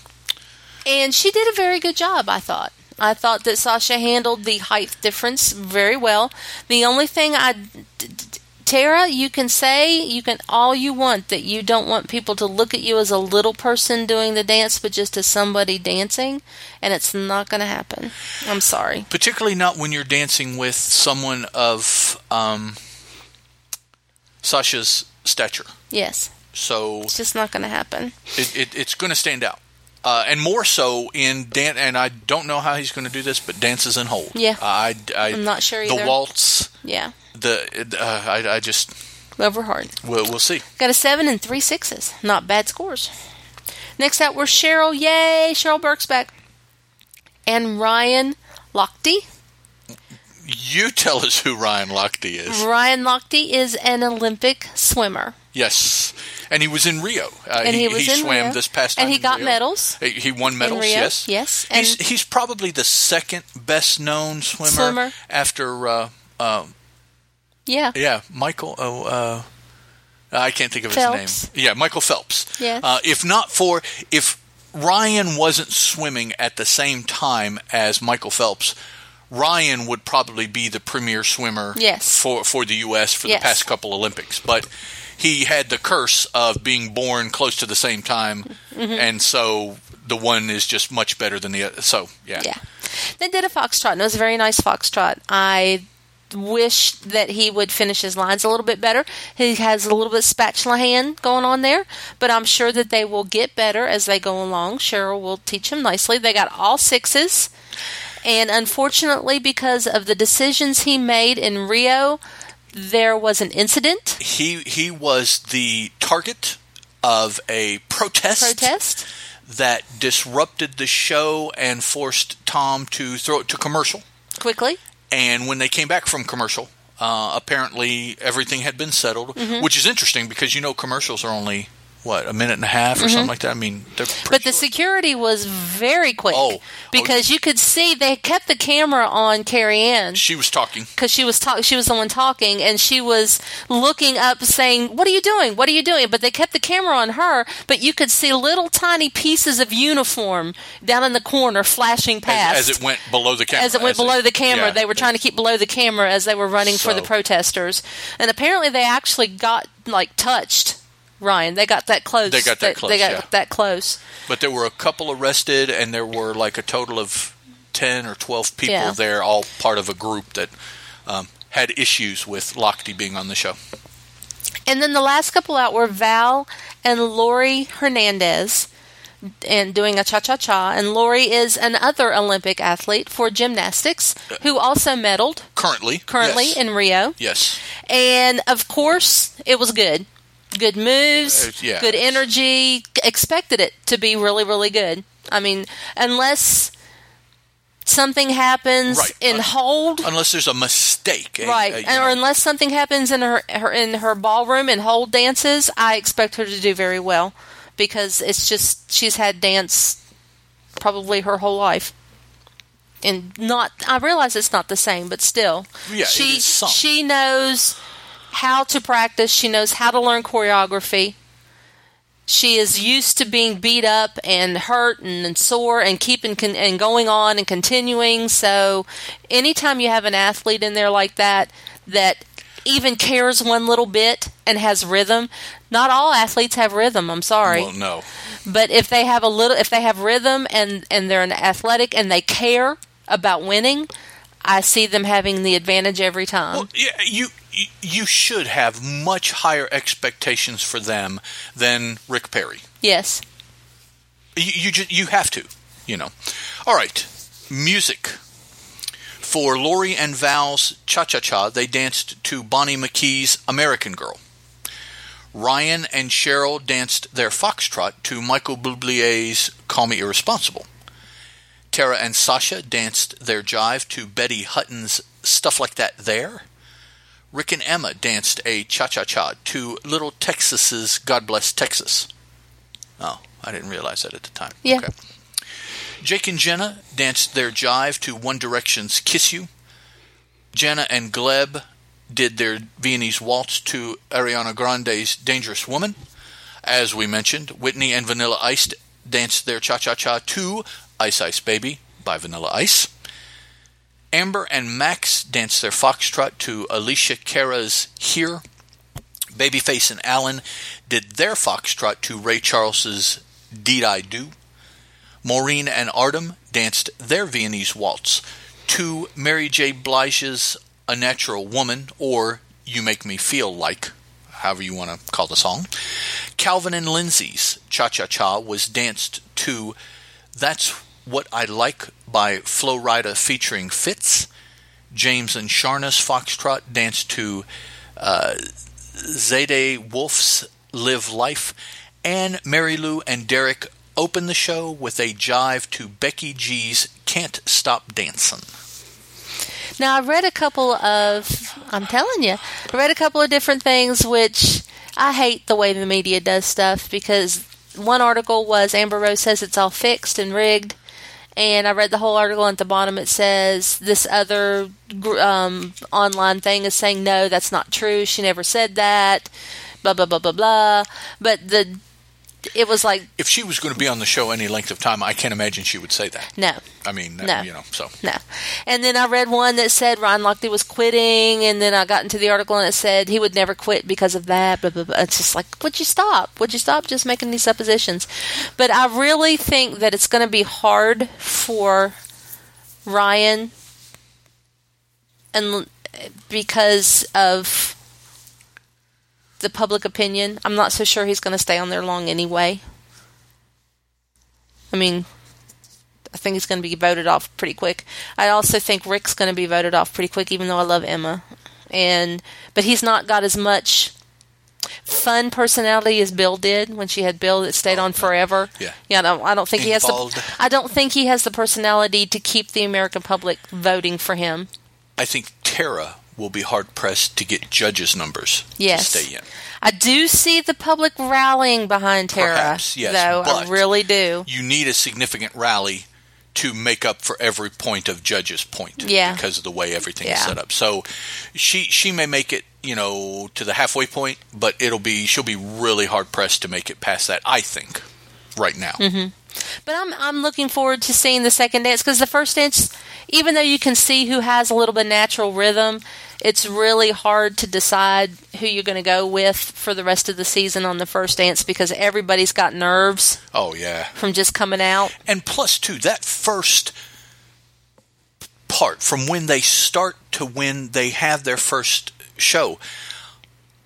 Speaker 2: And she did a very good job, I thought. I thought that Sasha handled the height difference very well. The only thing I. d- d- d- Tara, you can say you can all you want that you don't want people to look at you as a little person doing the dance, but just as somebody dancing, and it's not going to happen. I'm sorry.
Speaker 1: particularly not when you're dancing with someone of um, Sasha's stature.
Speaker 2: Yes,
Speaker 1: So
Speaker 2: it's just not going to happen.
Speaker 1: it, it, it's going to stand out, uh, and more so in dan. And I don't know how he's going to do this, but dances and hold.
Speaker 2: Yeah.
Speaker 1: I, I,
Speaker 2: I'm not sure
Speaker 1: The
Speaker 2: either.
Speaker 1: waltz,
Speaker 2: Yeah,
Speaker 1: the uh, I, I just
Speaker 2: love her heart.
Speaker 1: we'll, we'll see.
Speaker 2: Got a seven and three sixes. Not bad scores. Next out were Cheryl. Yay, Cheryl Burke's back. And Ryan Lochte.
Speaker 1: You tell us who Ryan Lochte is.
Speaker 2: Ryan Lochte is an Olympic swimmer.
Speaker 1: Yes, and he was in Rio. Uh,
Speaker 2: And he was in
Speaker 1: swam
Speaker 2: Rio.
Speaker 1: this past time
Speaker 2: And he
Speaker 1: in
Speaker 2: got
Speaker 1: Rio.
Speaker 2: medals.
Speaker 1: He- He won medals.
Speaker 2: Rio,
Speaker 1: Yes,
Speaker 2: yes,
Speaker 1: He's
Speaker 2: and-
Speaker 1: he's probably the second best known swimmer,
Speaker 2: Swimmer.
Speaker 1: after uh, uh,
Speaker 2: Yeah.
Speaker 1: yeah Michael. Oh, uh, I can't think of
Speaker 2: Phelps.
Speaker 1: his name. Yeah, Michael Phelps.
Speaker 2: Yes.
Speaker 1: Uh, if not for if Ryan wasn't swimming at the same time as Michael Phelps. Ryan would probably be the premier swimmer
Speaker 2: Yes.
Speaker 1: for, for the U.S. for
Speaker 2: Yes.
Speaker 1: the past couple Olympics, but he had the curse of being born close to the same time,
Speaker 2: Mm-hmm.
Speaker 1: and so the one is just much better than the other. So
Speaker 2: Yeah. They did a foxtrot, and it was a very nice foxtrot. I wish that he would finish his lines a little bit better. He has a little bit spatula hand going on there, but I'm sure that they will get better as they go along. Cheryl will teach him nicely. They got all sixes. And unfortunately, because of the decisions he made in Rio, there was an incident
Speaker 1: he he was the target of a protest,
Speaker 2: protest.
Speaker 1: that disrupted the show and forced Tom to throw it to commercial.
Speaker 2: Quickly,
Speaker 1: And when they came back from commercial, uh, apparently everything had been settled,
Speaker 2: Mm-hmm.
Speaker 1: which is interesting because you know commercials are only what a minute and a half or something like that. I mean, they're
Speaker 2: Mm-hmm. But
Speaker 1: pretty
Speaker 2: the
Speaker 1: short.
Speaker 2: security was very quick
Speaker 1: Oh.
Speaker 2: because you could see they kept the camera on Carrie Ann
Speaker 1: she was talking.
Speaker 2: because she was talk- she was the one talking and she was looking up saying, "What are you doing? What are you doing?" But they kept the camera on her, but you could see little tiny pieces of uniform down in the corner flashing past.
Speaker 1: As, as it went below the camera.
Speaker 2: As it went below the camera,
Speaker 1: yeah,
Speaker 2: they were trying to keep below the camera as they were running for the
Speaker 1: So-
Speaker 2: protesters, and apparently they actually got like touched. Ryan, they got that close.
Speaker 1: They got that close,
Speaker 2: They got
Speaker 1: yeah.
Speaker 2: that close.
Speaker 1: But there were a couple arrested, and there were like a total of ten or twelve people
Speaker 2: Yeah.
Speaker 1: there, all part of a group that um, had issues with Lochte being on the show.
Speaker 2: And then the last couple out were Val and Lori Hernandez and doing a cha cha cha. And Lori is another Olympic athlete for gymnastics who also medaled
Speaker 1: Currently,
Speaker 2: currently
Speaker 1: yes.
Speaker 2: in Rio.
Speaker 1: yes,
Speaker 2: And of course, it was good. Good moves,
Speaker 1: Uh, yeah.
Speaker 2: good energy. Expected it to be really, really good. I mean, unless something happens
Speaker 1: Right.
Speaker 2: in
Speaker 1: Uh,
Speaker 2: hold
Speaker 1: unless there's a mistake, a-
Speaker 2: right
Speaker 1: a- you
Speaker 2: and, or
Speaker 1: know,
Speaker 2: unless something happens in her, her in her ballroom and hold dances i expect her to do very well because it's just she's had dance probably her whole life and not i realize it's not the same but still
Speaker 1: Yeah, it
Speaker 2: she
Speaker 1: is some.
Speaker 2: she knows how to practice she knows how to learn choreography she is used to being beat up and hurt and, and sore and keeping con- and going on and continuing. So, anytime you have an athlete in there like that that even cares one little bit and has rhythm, not all athletes have rhythm. I'm sorry,
Speaker 1: well, no,
Speaker 2: but if they have a little, if they have rhythm and and they're an athletic and they care about winning, I see them having the advantage every time.
Speaker 1: Well, yeah, you you- you should have much higher expectations for them than Rick Perry.
Speaker 2: yes,
Speaker 1: you you, ju- you have to, you know. All right, music for Lori and Val's Cha Cha Cha. They danced to Bonnie McKee's American Girl. Ryan and Cheryl danced their foxtrot to Michael Bublé's Call Me Irresponsible. Tara and Sasha danced their jive to Betty Hutton's Stuff Like That There. Rick and Emma danced a cha cha cha to Little Texas's God Bless Texas. Oh, I didn't realize that at the time.
Speaker 2: Yeah.
Speaker 1: Okay. Jake and Jenna danced their jive to One Direction's Kiss You. Jenna and Gleb did their Viennese waltz to Ariana Grande's Dangerous Woman. As we mentioned, Whitney and Vanilla Ice dance their cha cha cha to Ice Ice Baby by Vanilla Ice. Amber and Max dance their foxtrot to Alicia Cara's Here. Babyface and Allen did their foxtrot to Ray Charles's Did I Do. Maureen and Artem danced their Viennese waltz to Mary J. Blige's A Natural Woman or You Make Me Feel Like, however you want to call the song. Calvin and Lindsay's Cha Cha Cha was danced to That's What I Like by Flo Rida featuring Fitz. James and Sharna's Foxtrot danced to uh, Zayde Wolf's Live Life, and Mary Lou and Derek open the show with a jive to Becky G's Can't Stop Dancing.
Speaker 2: Now I read a couple of I'm telling you, I read a couple of different things which I hate the way the media does stuff because one article was Amber Rose says it's all fixed and rigged and I read the whole article and at the bottom it says this other gr- um, online thing is saying no that's not true she never said that blah blah blah blah blah but the it was like
Speaker 1: If she was going to be on the show any length of time, I can't imagine she would say that.
Speaker 2: no
Speaker 1: I mean, uh,
Speaker 2: No.
Speaker 1: you know, so.
Speaker 2: No. And then I read one that said Ron Lochte was quitting, and then I got into the article and it said he would never quit because of that. Blah, blah, blah. It's just like, would you stop? Would you stop just making these suppositions? But I really think that it's going to be hard for Ryan and because of the public opinion. I'm not so sure he's going to stay on there long anyway. I mean, I think he's going to be voted off pretty quick. I also think Rick's going to be voted off pretty quick, even though I love Emma. And but he's not got as much fun personality as Bill did when she had Bill that stayed on forever.
Speaker 1: Oh, Yeah.
Speaker 2: yeah. I don't, I don't think he has.
Speaker 1: Involved.
Speaker 2: The, I don't think he has the personality to keep the American public voting for him.
Speaker 1: I think Tara will be hard pressed to get judges' numbers
Speaker 2: Yes.
Speaker 1: to stay in.
Speaker 2: I do see the public rallying behind Tara,
Speaker 1: Perhaps, yes,
Speaker 2: though. I
Speaker 1: but-
Speaker 2: really do.
Speaker 1: You need a significant rally to make up for every point of judges' point
Speaker 2: Yeah.
Speaker 1: because of the way everything is
Speaker 2: Yeah.
Speaker 1: set up. So she she may make it, you know, to the halfway point, but it'll be she'll be really hard pressed to make it past that, I think, right now.
Speaker 2: Mm-hmm. But I'm I'm looking forward to seeing the second dance because the first dance, even though you can see who has a little bit natural rhythm, it's really hard to decide who you're going to go with for the rest of the season on the first dance because everybody's got nerves
Speaker 1: Oh yeah.
Speaker 2: from just coming out.
Speaker 1: And plus, too, that first part from when they start to when they have their first show,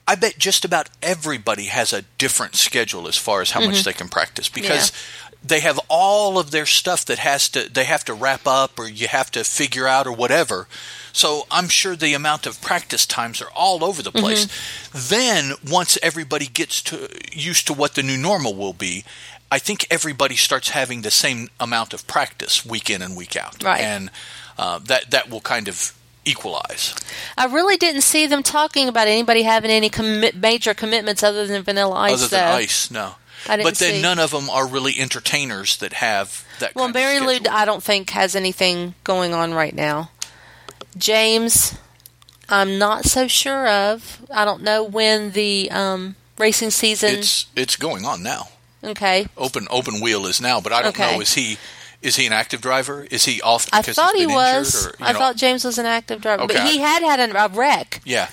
Speaker 1: I bet just about everybody has a different schedule as far as how much they can practice because. They have all of their stuff that has to they have to wrap up or you have to figure out or whatever. So I'm sure the amount of practice times are all over the place. Then once everybody gets to used to what the new normal will be, I think everybody starts having the same amount of practice week in and week out,
Speaker 2: Right.
Speaker 1: And uh, that that will kind of equalize.
Speaker 2: I really didn't see them talking about anybody having any commi- major commitments other than Vanilla Ice.
Speaker 1: Other than
Speaker 2: though.
Speaker 1: ice, no.
Speaker 2: I didn't
Speaker 1: but then
Speaker 2: see-
Speaker 1: none of them are really entertainers that have that.
Speaker 2: Well,
Speaker 1: kind
Speaker 2: Mary
Speaker 1: of
Speaker 2: Lou,
Speaker 1: schedule.
Speaker 2: I don't think has anything going on right now. James, I'm not so sure of. I don't know when the um, racing season.
Speaker 1: it's it's going on now.
Speaker 2: okay,
Speaker 1: Open open wheel is now, but I don't
Speaker 2: Okay.
Speaker 1: know. Is he is he an active driver? Is he off?
Speaker 2: I
Speaker 1: Because he's
Speaker 2: thought he
Speaker 1: been
Speaker 2: was.
Speaker 1: Injured or, you
Speaker 2: I
Speaker 1: know,
Speaker 2: thought James was an active driver,
Speaker 1: Okay.
Speaker 2: but he had had an, a wreck
Speaker 1: Yeah.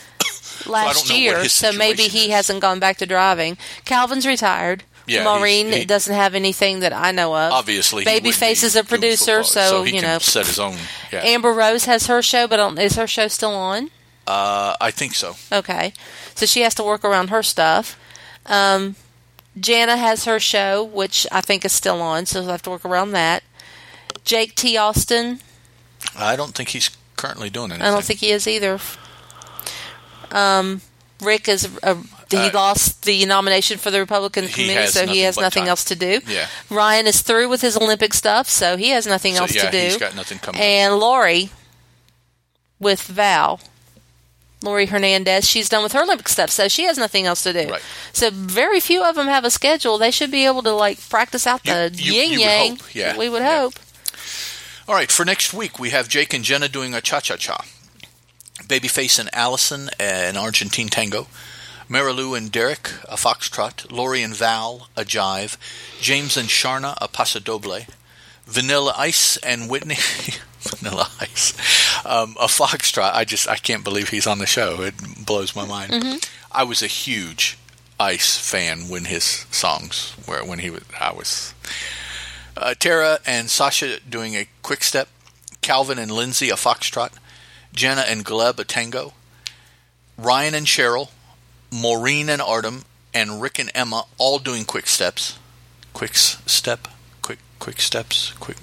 Speaker 2: last
Speaker 1: know what
Speaker 2: year,
Speaker 1: his
Speaker 2: so maybe
Speaker 1: situation
Speaker 2: he
Speaker 1: is.
Speaker 2: hasn't gone back to driving. Calvin's retired.
Speaker 1: Yeah, he's-
Speaker 2: Maureen
Speaker 1: he-
Speaker 2: doesce not have anything that I know of.
Speaker 1: Obviously, he wouldn't
Speaker 2: Babyface
Speaker 1: be
Speaker 2: is a
Speaker 1: doing football,
Speaker 2: producer, so,
Speaker 1: he
Speaker 2: you
Speaker 1: can
Speaker 2: know.
Speaker 1: set his own. Yeah.
Speaker 2: Amber Rose has her show, but I don't, is her show still on?
Speaker 1: uh, I think so.
Speaker 2: Okay. So she has to work around her stuff. Um, Jana has her show, which I think is still on, so she'll have to work around that. Jake T. Austin,
Speaker 1: I don't think he's currently doing anything.
Speaker 2: I don't think he is either. Um, Rick is a, he
Speaker 1: Uh,
Speaker 2: lost the nomination for the Republican
Speaker 1: he
Speaker 2: committee,
Speaker 1: has
Speaker 2: so he
Speaker 1: nothing
Speaker 2: has
Speaker 1: but
Speaker 2: nothing
Speaker 1: time.
Speaker 2: else to do.
Speaker 1: Yeah.
Speaker 2: Ryan is through with his Olympic stuff, so he has nothing
Speaker 1: So,
Speaker 2: else
Speaker 1: yeah,
Speaker 2: to do.
Speaker 1: he's got nothing coming up.
Speaker 2: And Lori with Val. Lori Hernandez, she's done with her Olympic stuff, so she has nothing else to do.
Speaker 1: Right.
Speaker 2: So very few of them have a schedule. They should be able to like practice out
Speaker 1: You-
Speaker 2: the
Speaker 1: you-
Speaker 2: yin
Speaker 1: you would
Speaker 2: yang.
Speaker 1: hope, yeah,
Speaker 2: We would
Speaker 1: yeah.
Speaker 2: hope.
Speaker 1: All right, for next week, we have Jake and Jenna doing a cha cha cha. Babyface and Allison, an Argentine tango. Marilou and Derek, a foxtrot, Lori and Val, a jive, James and Sharna, a paso doble, Vanilla Ice and Whitney, Vanilla Ice, um, a foxtrot. I just I can't believe he's on the show. It blows my mind. I was a huge Ice fan when his songs were when he was I was uh, Tara and Sasha doing a quick step, Calvin and Lindsay a foxtrot, Jenna and Gleb a tango, Ryan and Cheryl, Maureen and Artem, and Rick and Emma all doing quick steps. Quick s- step, quick quick steps, quick.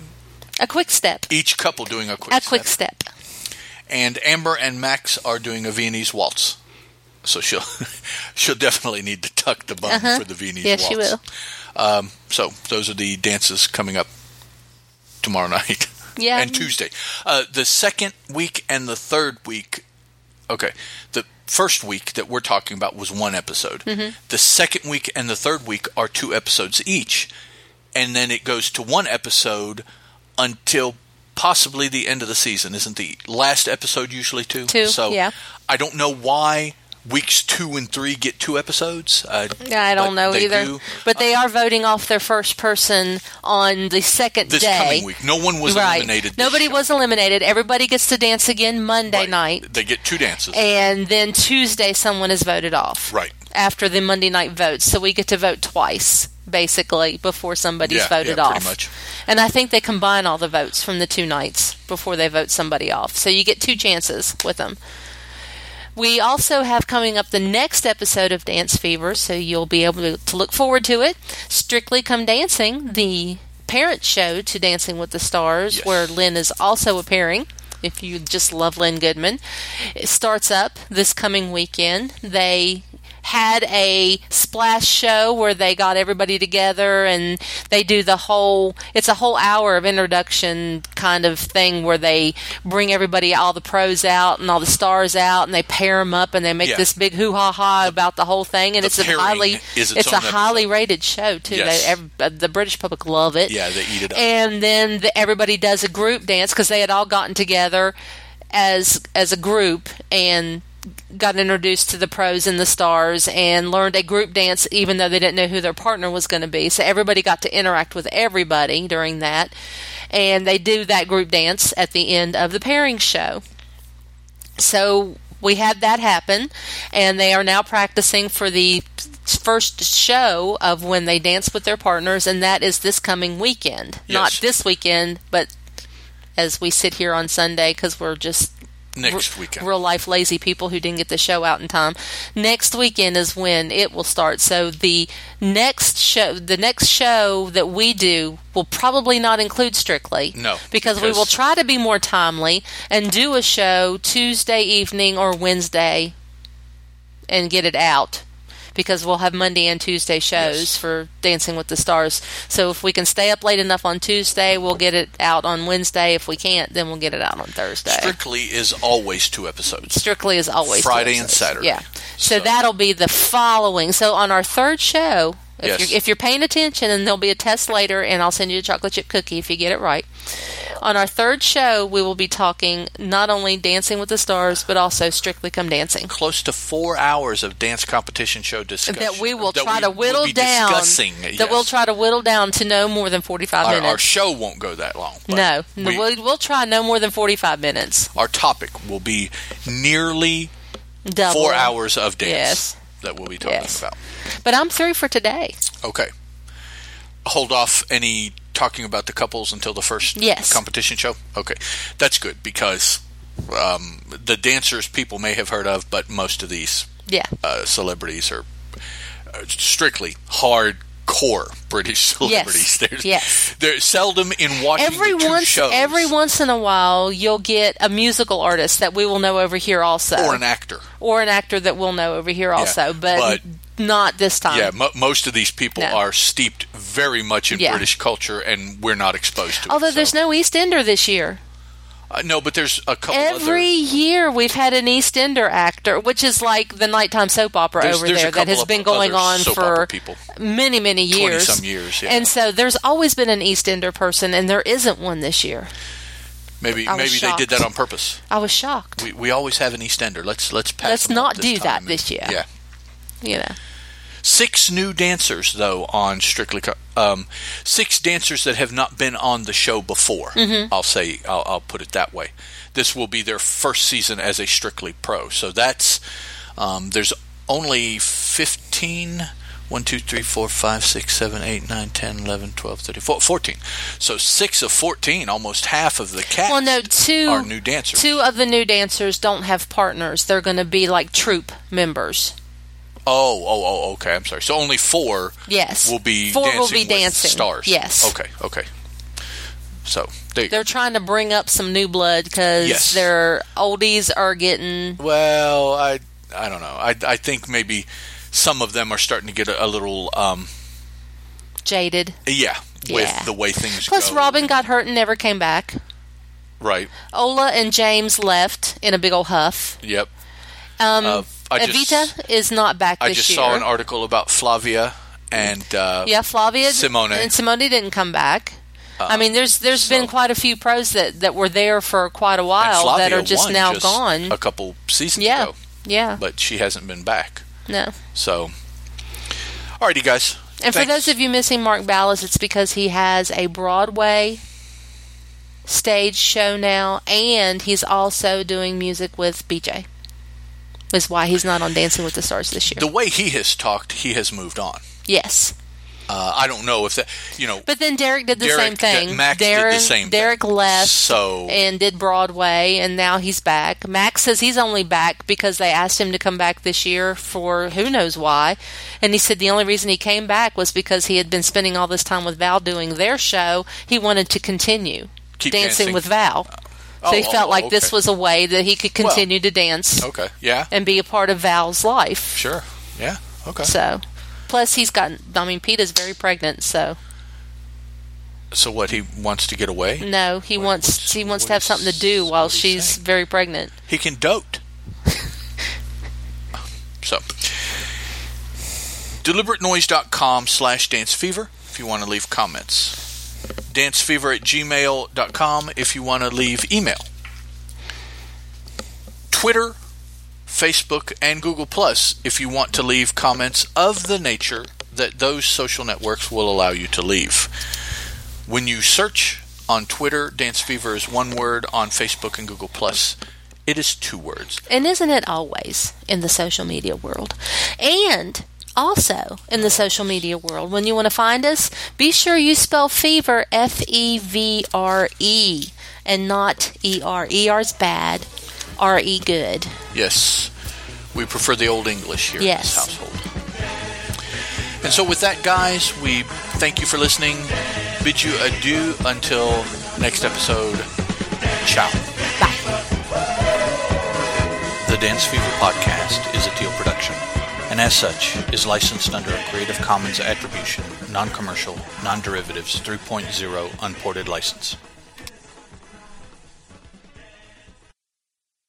Speaker 2: A quick step.
Speaker 1: Each couple doing a quick
Speaker 2: A
Speaker 1: step.
Speaker 2: quick step.
Speaker 1: and Amber and Max are doing a Viennese waltz. So she'll she'll definitely need to tuck the bum
Speaker 2: Uh-huh.
Speaker 1: for the Viennese
Speaker 2: Yes,
Speaker 1: waltz.
Speaker 2: she will.
Speaker 1: Um, so those are the dances coming up tomorrow night.
Speaker 2: Yeah.
Speaker 1: and Tuesday. Uh, the second week and the third week. Okay, the first week that we're talking about was one episode.
Speaker 2: Mm-hmm.
Speaker 1: The second week and the third week are two episodes each, and then it goes to one episode until possibly the end of the season. Isn't the last episode usually two?
Speaker 2: Two,
Speaker 1: So
Speaker 2: yeah.
Speaker 1: I don't know why weeks two and three get two episodes. Uh,
Speaker 2: Yeah, I don't
Speaker 1: but
Speaker 2: know
Speaker 1: they
Speaker 2: either.
Speaker 1: do. uh,
Speaker 2: But they are voting off their first person on the second
Speaker 1: this
Speaker 2: day.
Speaker 1: coming week. No one was
Speaker 2: right.
Speaker 1: eliminated. this
Speaker 2: Nobody
Speaker 1: show.
Speaker 2: was eliminated. Everybody gets to dance again Monday
Speaker 1: Right.
Speaker 2: night.
Speaker 1: They get two dances.
Speaker 2: And then Tuesday, someone is voted off.
Speaker 1: Right.
Speaker 2: After the Monday night votes. So we get to vote twice, basically, before somebody's
Speaker 1: Yeah,
Speaker 2: voted
Speaker 1: yeah,
Speaker 2: off.
Speaker 1: pretty much.
Speaker 2: And I think they combine all the votes from the two nights before they vote somebody off. So you get two chances with them. We also have coming up the next episode of Dance Fever, so you'll be able to, to look forward to it. Strictly Come Dancing, the parent show to Dancing with the Stars,
Speaker 1: Yes.
Speaker 2: where Lynn is also appearing. If you just love Lynn Goodman, it starts up this coming weekend. They had a splash show where they got everybody together and they do the whole it's a whole hour of introduction kind of thing where they bring everybody all the pros out and all the stars out and they pair them up and they make
Speaker 1: Yeah.
Speaker 2: this big hoo ha ha about the whole thing and
Speaker 1: the
Speaker 2: it's a
Speaker 1: pairing
Speaker 2: highly
Speaker 1: is its
Speaker 2: it's a
Speaker 1: own episode.
Speaker 2: highly rated show too
Speaker 1: Yes.
Speaker 2: they, ev- uh, the british public love it
Speaker 1: Yeah, they eat it up.
Speaker 2: and then the, everybody does a group dance because they had all gotten together as as a group and got introduced to the pros and the stars and learned a group dance even though they didn't know who their partner was going to be so everybody got to interact with everybody during that and they do that group dance at the end of the pairing show so we had that happen, and they are now practicing for the first show of when they dance with their partners, and that is this coming weekend. Not
Speaker 1: Yes.
Speaker 2: this weekend, but as we sit here on Sunday because we're just
Speaker 1: next
Speaker 2: r-
Speaker 1: weekend.
Speaker 2: real life lazy people who didn't get the show out in time. Next weekend is when it will start. So the next show, the next show that we do will probably not include Strictly.
Speaker 1: No,
Speaker 2: because, we
Speaker 1: because-
Speaker 2: will try to be more timely and do a show Tuesday evening or Wednesday and get it out. Because we'll have Monday and Tuesday shows
Speaker 1: Yes.
Speaker 2: for Dancing with the Stars. So if we can stay up late enough on Tuesday, we'll get it out on Wednesday. If we can't, then we'll get it out on Thursday.
Speaker 1: Strictly is always two episodes.
Speaker 2: Strictly is always
Speaker 1: Friday
Speaker 2: Tuesdays.
Speaker 1: and Saturday.
Speaker 2: Yeah. So,
Speaker 1: So-
Speaker 2: that'll be the following. So on our third show, if,
Speaker 1: Yes.
Speaker 2: you're, if you're paying attention, and there'll be a test later, and I'll send you a chocolate chip cookie if you get it right. On our third show, we will be talking not only Dancing with the Stars, but also Strictly Come Dancing.
Speaker 1: Close to four hours of dance competition show discussion
Speaker 2: That we will
Speaker 1: that
Speaker 2: try
Speaker 1: we
Speaker 2: to whittle
Speaker 1: be
Speaker 2: down.
Speaker 1: Discussing, yes.
Speaker 2: That we'll try to whittle down to no more than 45
Speaker 1: Our, our
Speaker 2: minutes.
Speaker 1: show won't go that long. but
Speaker 2: no,
Speaker 1: we-
Speaker 2: we'll, we'll try no more than 45 minutes.
Speaker 1: our topic will be nearly
Speaker 2: Double.
Speaker 1: four hours of dance
Speaker 2: Yes.
Speaker 1: that we'll be talking
Speaker 2: Yes.
Speaker 1: about.
Speaker 2: But I'm through for today.
Speaker 1: Okay. Hold off any talking about the couples until the first
Speaker 2: Yes.
Speaker 1: competition show? Okay. That's good because um, the dancers people may have heard of, but most of these
Speaker 2: Yeah.
Speaker 1: uh, celebrities are uh, strictly hardcore British celebrities. There's,
Speaker 2: Yes.
Speaker 1: There's seldom in watching
Speaker 2: every
Speaker 1: the two
Speaker 2: once
Speaker 1: shows
Speaker 2: every once in a while you'll get a musical artist that we will know over here also
Speaker 1: or an actor.
Speaker 2: Or an actor that we'll know over here also but, not this time
Speaker 1: Yeah, mo- most of these people
Speaker 2: Uh-huh. No.
Speaker 1: are steeped very much in
Speaker 2: Yeah.
Speaker 1: British culture, and we're not exposed to it.
Speaker 2: although
Speaker 1: so-
Speaker 2: there's no east ender this year
Speaker 1: Uh, no, but there's a couple
Speaker 2: every
Speaker 1: other.
Speaker 2: year we've had an east ender actor which is like the nighttime soap opera
Speaker 1: There's,
Speaker 2: over
Speaker 1: there's
Speaker 2: there
Speaker 1: a
Speaker 2: that
Speaker 1: couple
Speaker 2: has
Speaker 1: of
Speaker 2: been going
Speaker 1: other
Speaker 2: on
Speaker 1: soap
Speaker 2: for
Speaker 1: opera people.
Speaker 2: many many years
Speaker 1: 20-some years, yeah.
Speaker 2: and so there's always been an east ender person and there isn't one this year
Speaker 1: Maybe
Speaker 2: I was
Speaker 1: maybe they did that
Speaker 2: shocked.
Speaker 1: on purpose.
Speaker 2: i was shocked
Speaker 1: We, we always have an Eastender. Let's let's pass.
Speaker 2: Let's
Speaker 1: them up
Speaker 2: not
Speaker 1: this
Speaker 2: do that
Speaker 1: time.
Speaker 2: this year.
Speaker 1: Yeah,
Speaker 2: you know.
Speaker 1: Six new dancers, though, on Strictly. Co- Um, six dancers that have not been on the show before.
Speaker 2: Mm-hmm.
Speaker 1: I'll say, I'll, I'll put it that way. This will be their first season as a Strictly Pro. So that's um, there's only 15. 1, 2, 3, 4, 5, 6, 7, 8, 9, 10, 11, 12, 13, 14. So 6 of 14, almost half of the cast
Speaker 2: Well, no, two
Speaker 1: are new dancers.
Speaker 2: Two of the new dancers don't have partners. They're going to be like troupe members.
Speaker 1: Oh, oh, oh, okay. I'm sorry. So only four
Speaker 2: Yes.
Speaker 1: will be
Speaker 2: Four
Speaker 1: dancing
Speaker 2: will be
Speaker 1: with
Speaker 2: dancing.
Speaker 1: stars.
Speaker 2: Yes.
Speaker 1: Okay. Okay. So there you go.
Speaker 2: They're trying to bring up some new blood because
Speaker 1: Yes.
Speaker 2: their oldies are getting
Speaker 1: Well, I I don't know. I I think maybe some of them are starting to get a, a little um
Speaker 2: jaded.
Speaker 1: yeah with
Speaker 2: Yeah.
Speaker 1: the way things
Speaker 2: Plus,
Speaker 1: go.
Speaker 2: Robin got hurt and never came back.
Speaker 1: Right.
Speaker 2: Ola and James left in a big old huff.
Speaker 1: Yep.
Speaker 2: Um,
Speaker 1: Uh, I
Speaker 2: Evita
Speaker 1: just
Speaker 2: is not back
Speaker 1: I
Speaker 2: this
Speaker 1: just
Speaker 2: year.
Speaker 1: saw an article about Flavia and uh,
Speaker 2: yeah, Flavia
Speaker 1: Simone. Uh-uh.
Speaker 2: and Simone didn't come back. I mean, there's there's been
Speaker 1: so-
Speaker 2: quite a few pros that, that were there for quite a
Speaker 1: and
Speaker 2: while
Speaker 1: Flavia
Speaker 2: that are just
Speaker 1: won
Speaker 2: now gone.
Speaker 1: a couple seasons
Speaker 2: Yeah,
Speaker 1: ago,
Speaker 2: yeah,
Speaker 1: but she hasn't been back.
Speaker 2: no.
Speaker 1: So, alrighty, guys.
Speaker 2: And for those of you missing Mark Ballas, it's because he has a Broadway stage show now, and he's also doing music with BJ. Is why he's not on Dancing with the Stars this year.
Speaker 1: the way he has talked, he has moved on.
Speaker 2: yes,
Speaker 1: Uh, I don't know if that, you know,
Speaker 2: but then Derek did the
Speaker 1: Derek-
Speaker 2: same thing.
Speaker 1: Max did the
Speaker 2: Derek,
Speaker 1: same thing.
Speaker 2: Derek left
Speaker 1: So-
Speaker 2: and did Broadway, and now he's back. Max says he's only back because they asked him to come back this year for who knows why, and he said the only reason he came back was because he had been spending all this time with Val doing their show. He wanted to continue
Speaker 1: Keep
Speaker 2: dancing,
Speaker 1: dancing.
Speaker 2: with Val,
Speaker 1: Oh,
Speaker 2: so he
Speaker 1: oh,
Speaker 2: felt
Speaker 1: oh,
Speaker 2: like this
Speaker 1: okay.
Speaker 2: was a way that he could continue to dance
Speaker 1: okay, yeah,
Speaker 2: and be a part of Val's life.
Speaker 1: sure, yeah, okay. So,
Speaker 2: So, plus he's gotten. I mean, Peta's very pregnant, so.
Speaker 1: what he wants to get away?
Speaker 2: No, he
Speaker 1: What- what's-
Speaker 2: wants he wants to have
Speaker 1: what
Speaker 2: something to
Speaker 1: is-
Speaker 2: do while
Speaker 1: what is he
Speaker 2: she's
Speaker 1: saying?
Speaker 2: very pregnant.
Speaker 1: He can dote. so, deliberatenoise.com slash dancefever if you want to leave comments. Dancefever at gmail.com if you want to leave email. Twitter, Facebook, and Google Plus if you want to leave comments of the nature that those social networks will allow you to leave. When you search on Twitter, Dance Fever is one word. On Facebook and Google Plus, it is two words.
Speaker 2: And isn't it always in the social media world? And also in the social media world, when you want to find us, be sure you spell fever F E V R E and not E R. E R is bad, R E good.
Speaker 1: Yes, we prefer the old English here
Speaker 2: Yes.
Speaker 1: in this household. And so, with that, guys, we thank you for listening. Bid you adieu until next episode. Ciao.
Speaker 2: Bye.
Speaker 1: The Dance Fever podcast is a Teal production, and as such, is licensed under a Creative Commons Attribution, Non-Commercial, Non-Derivatives 3.0 Unported License.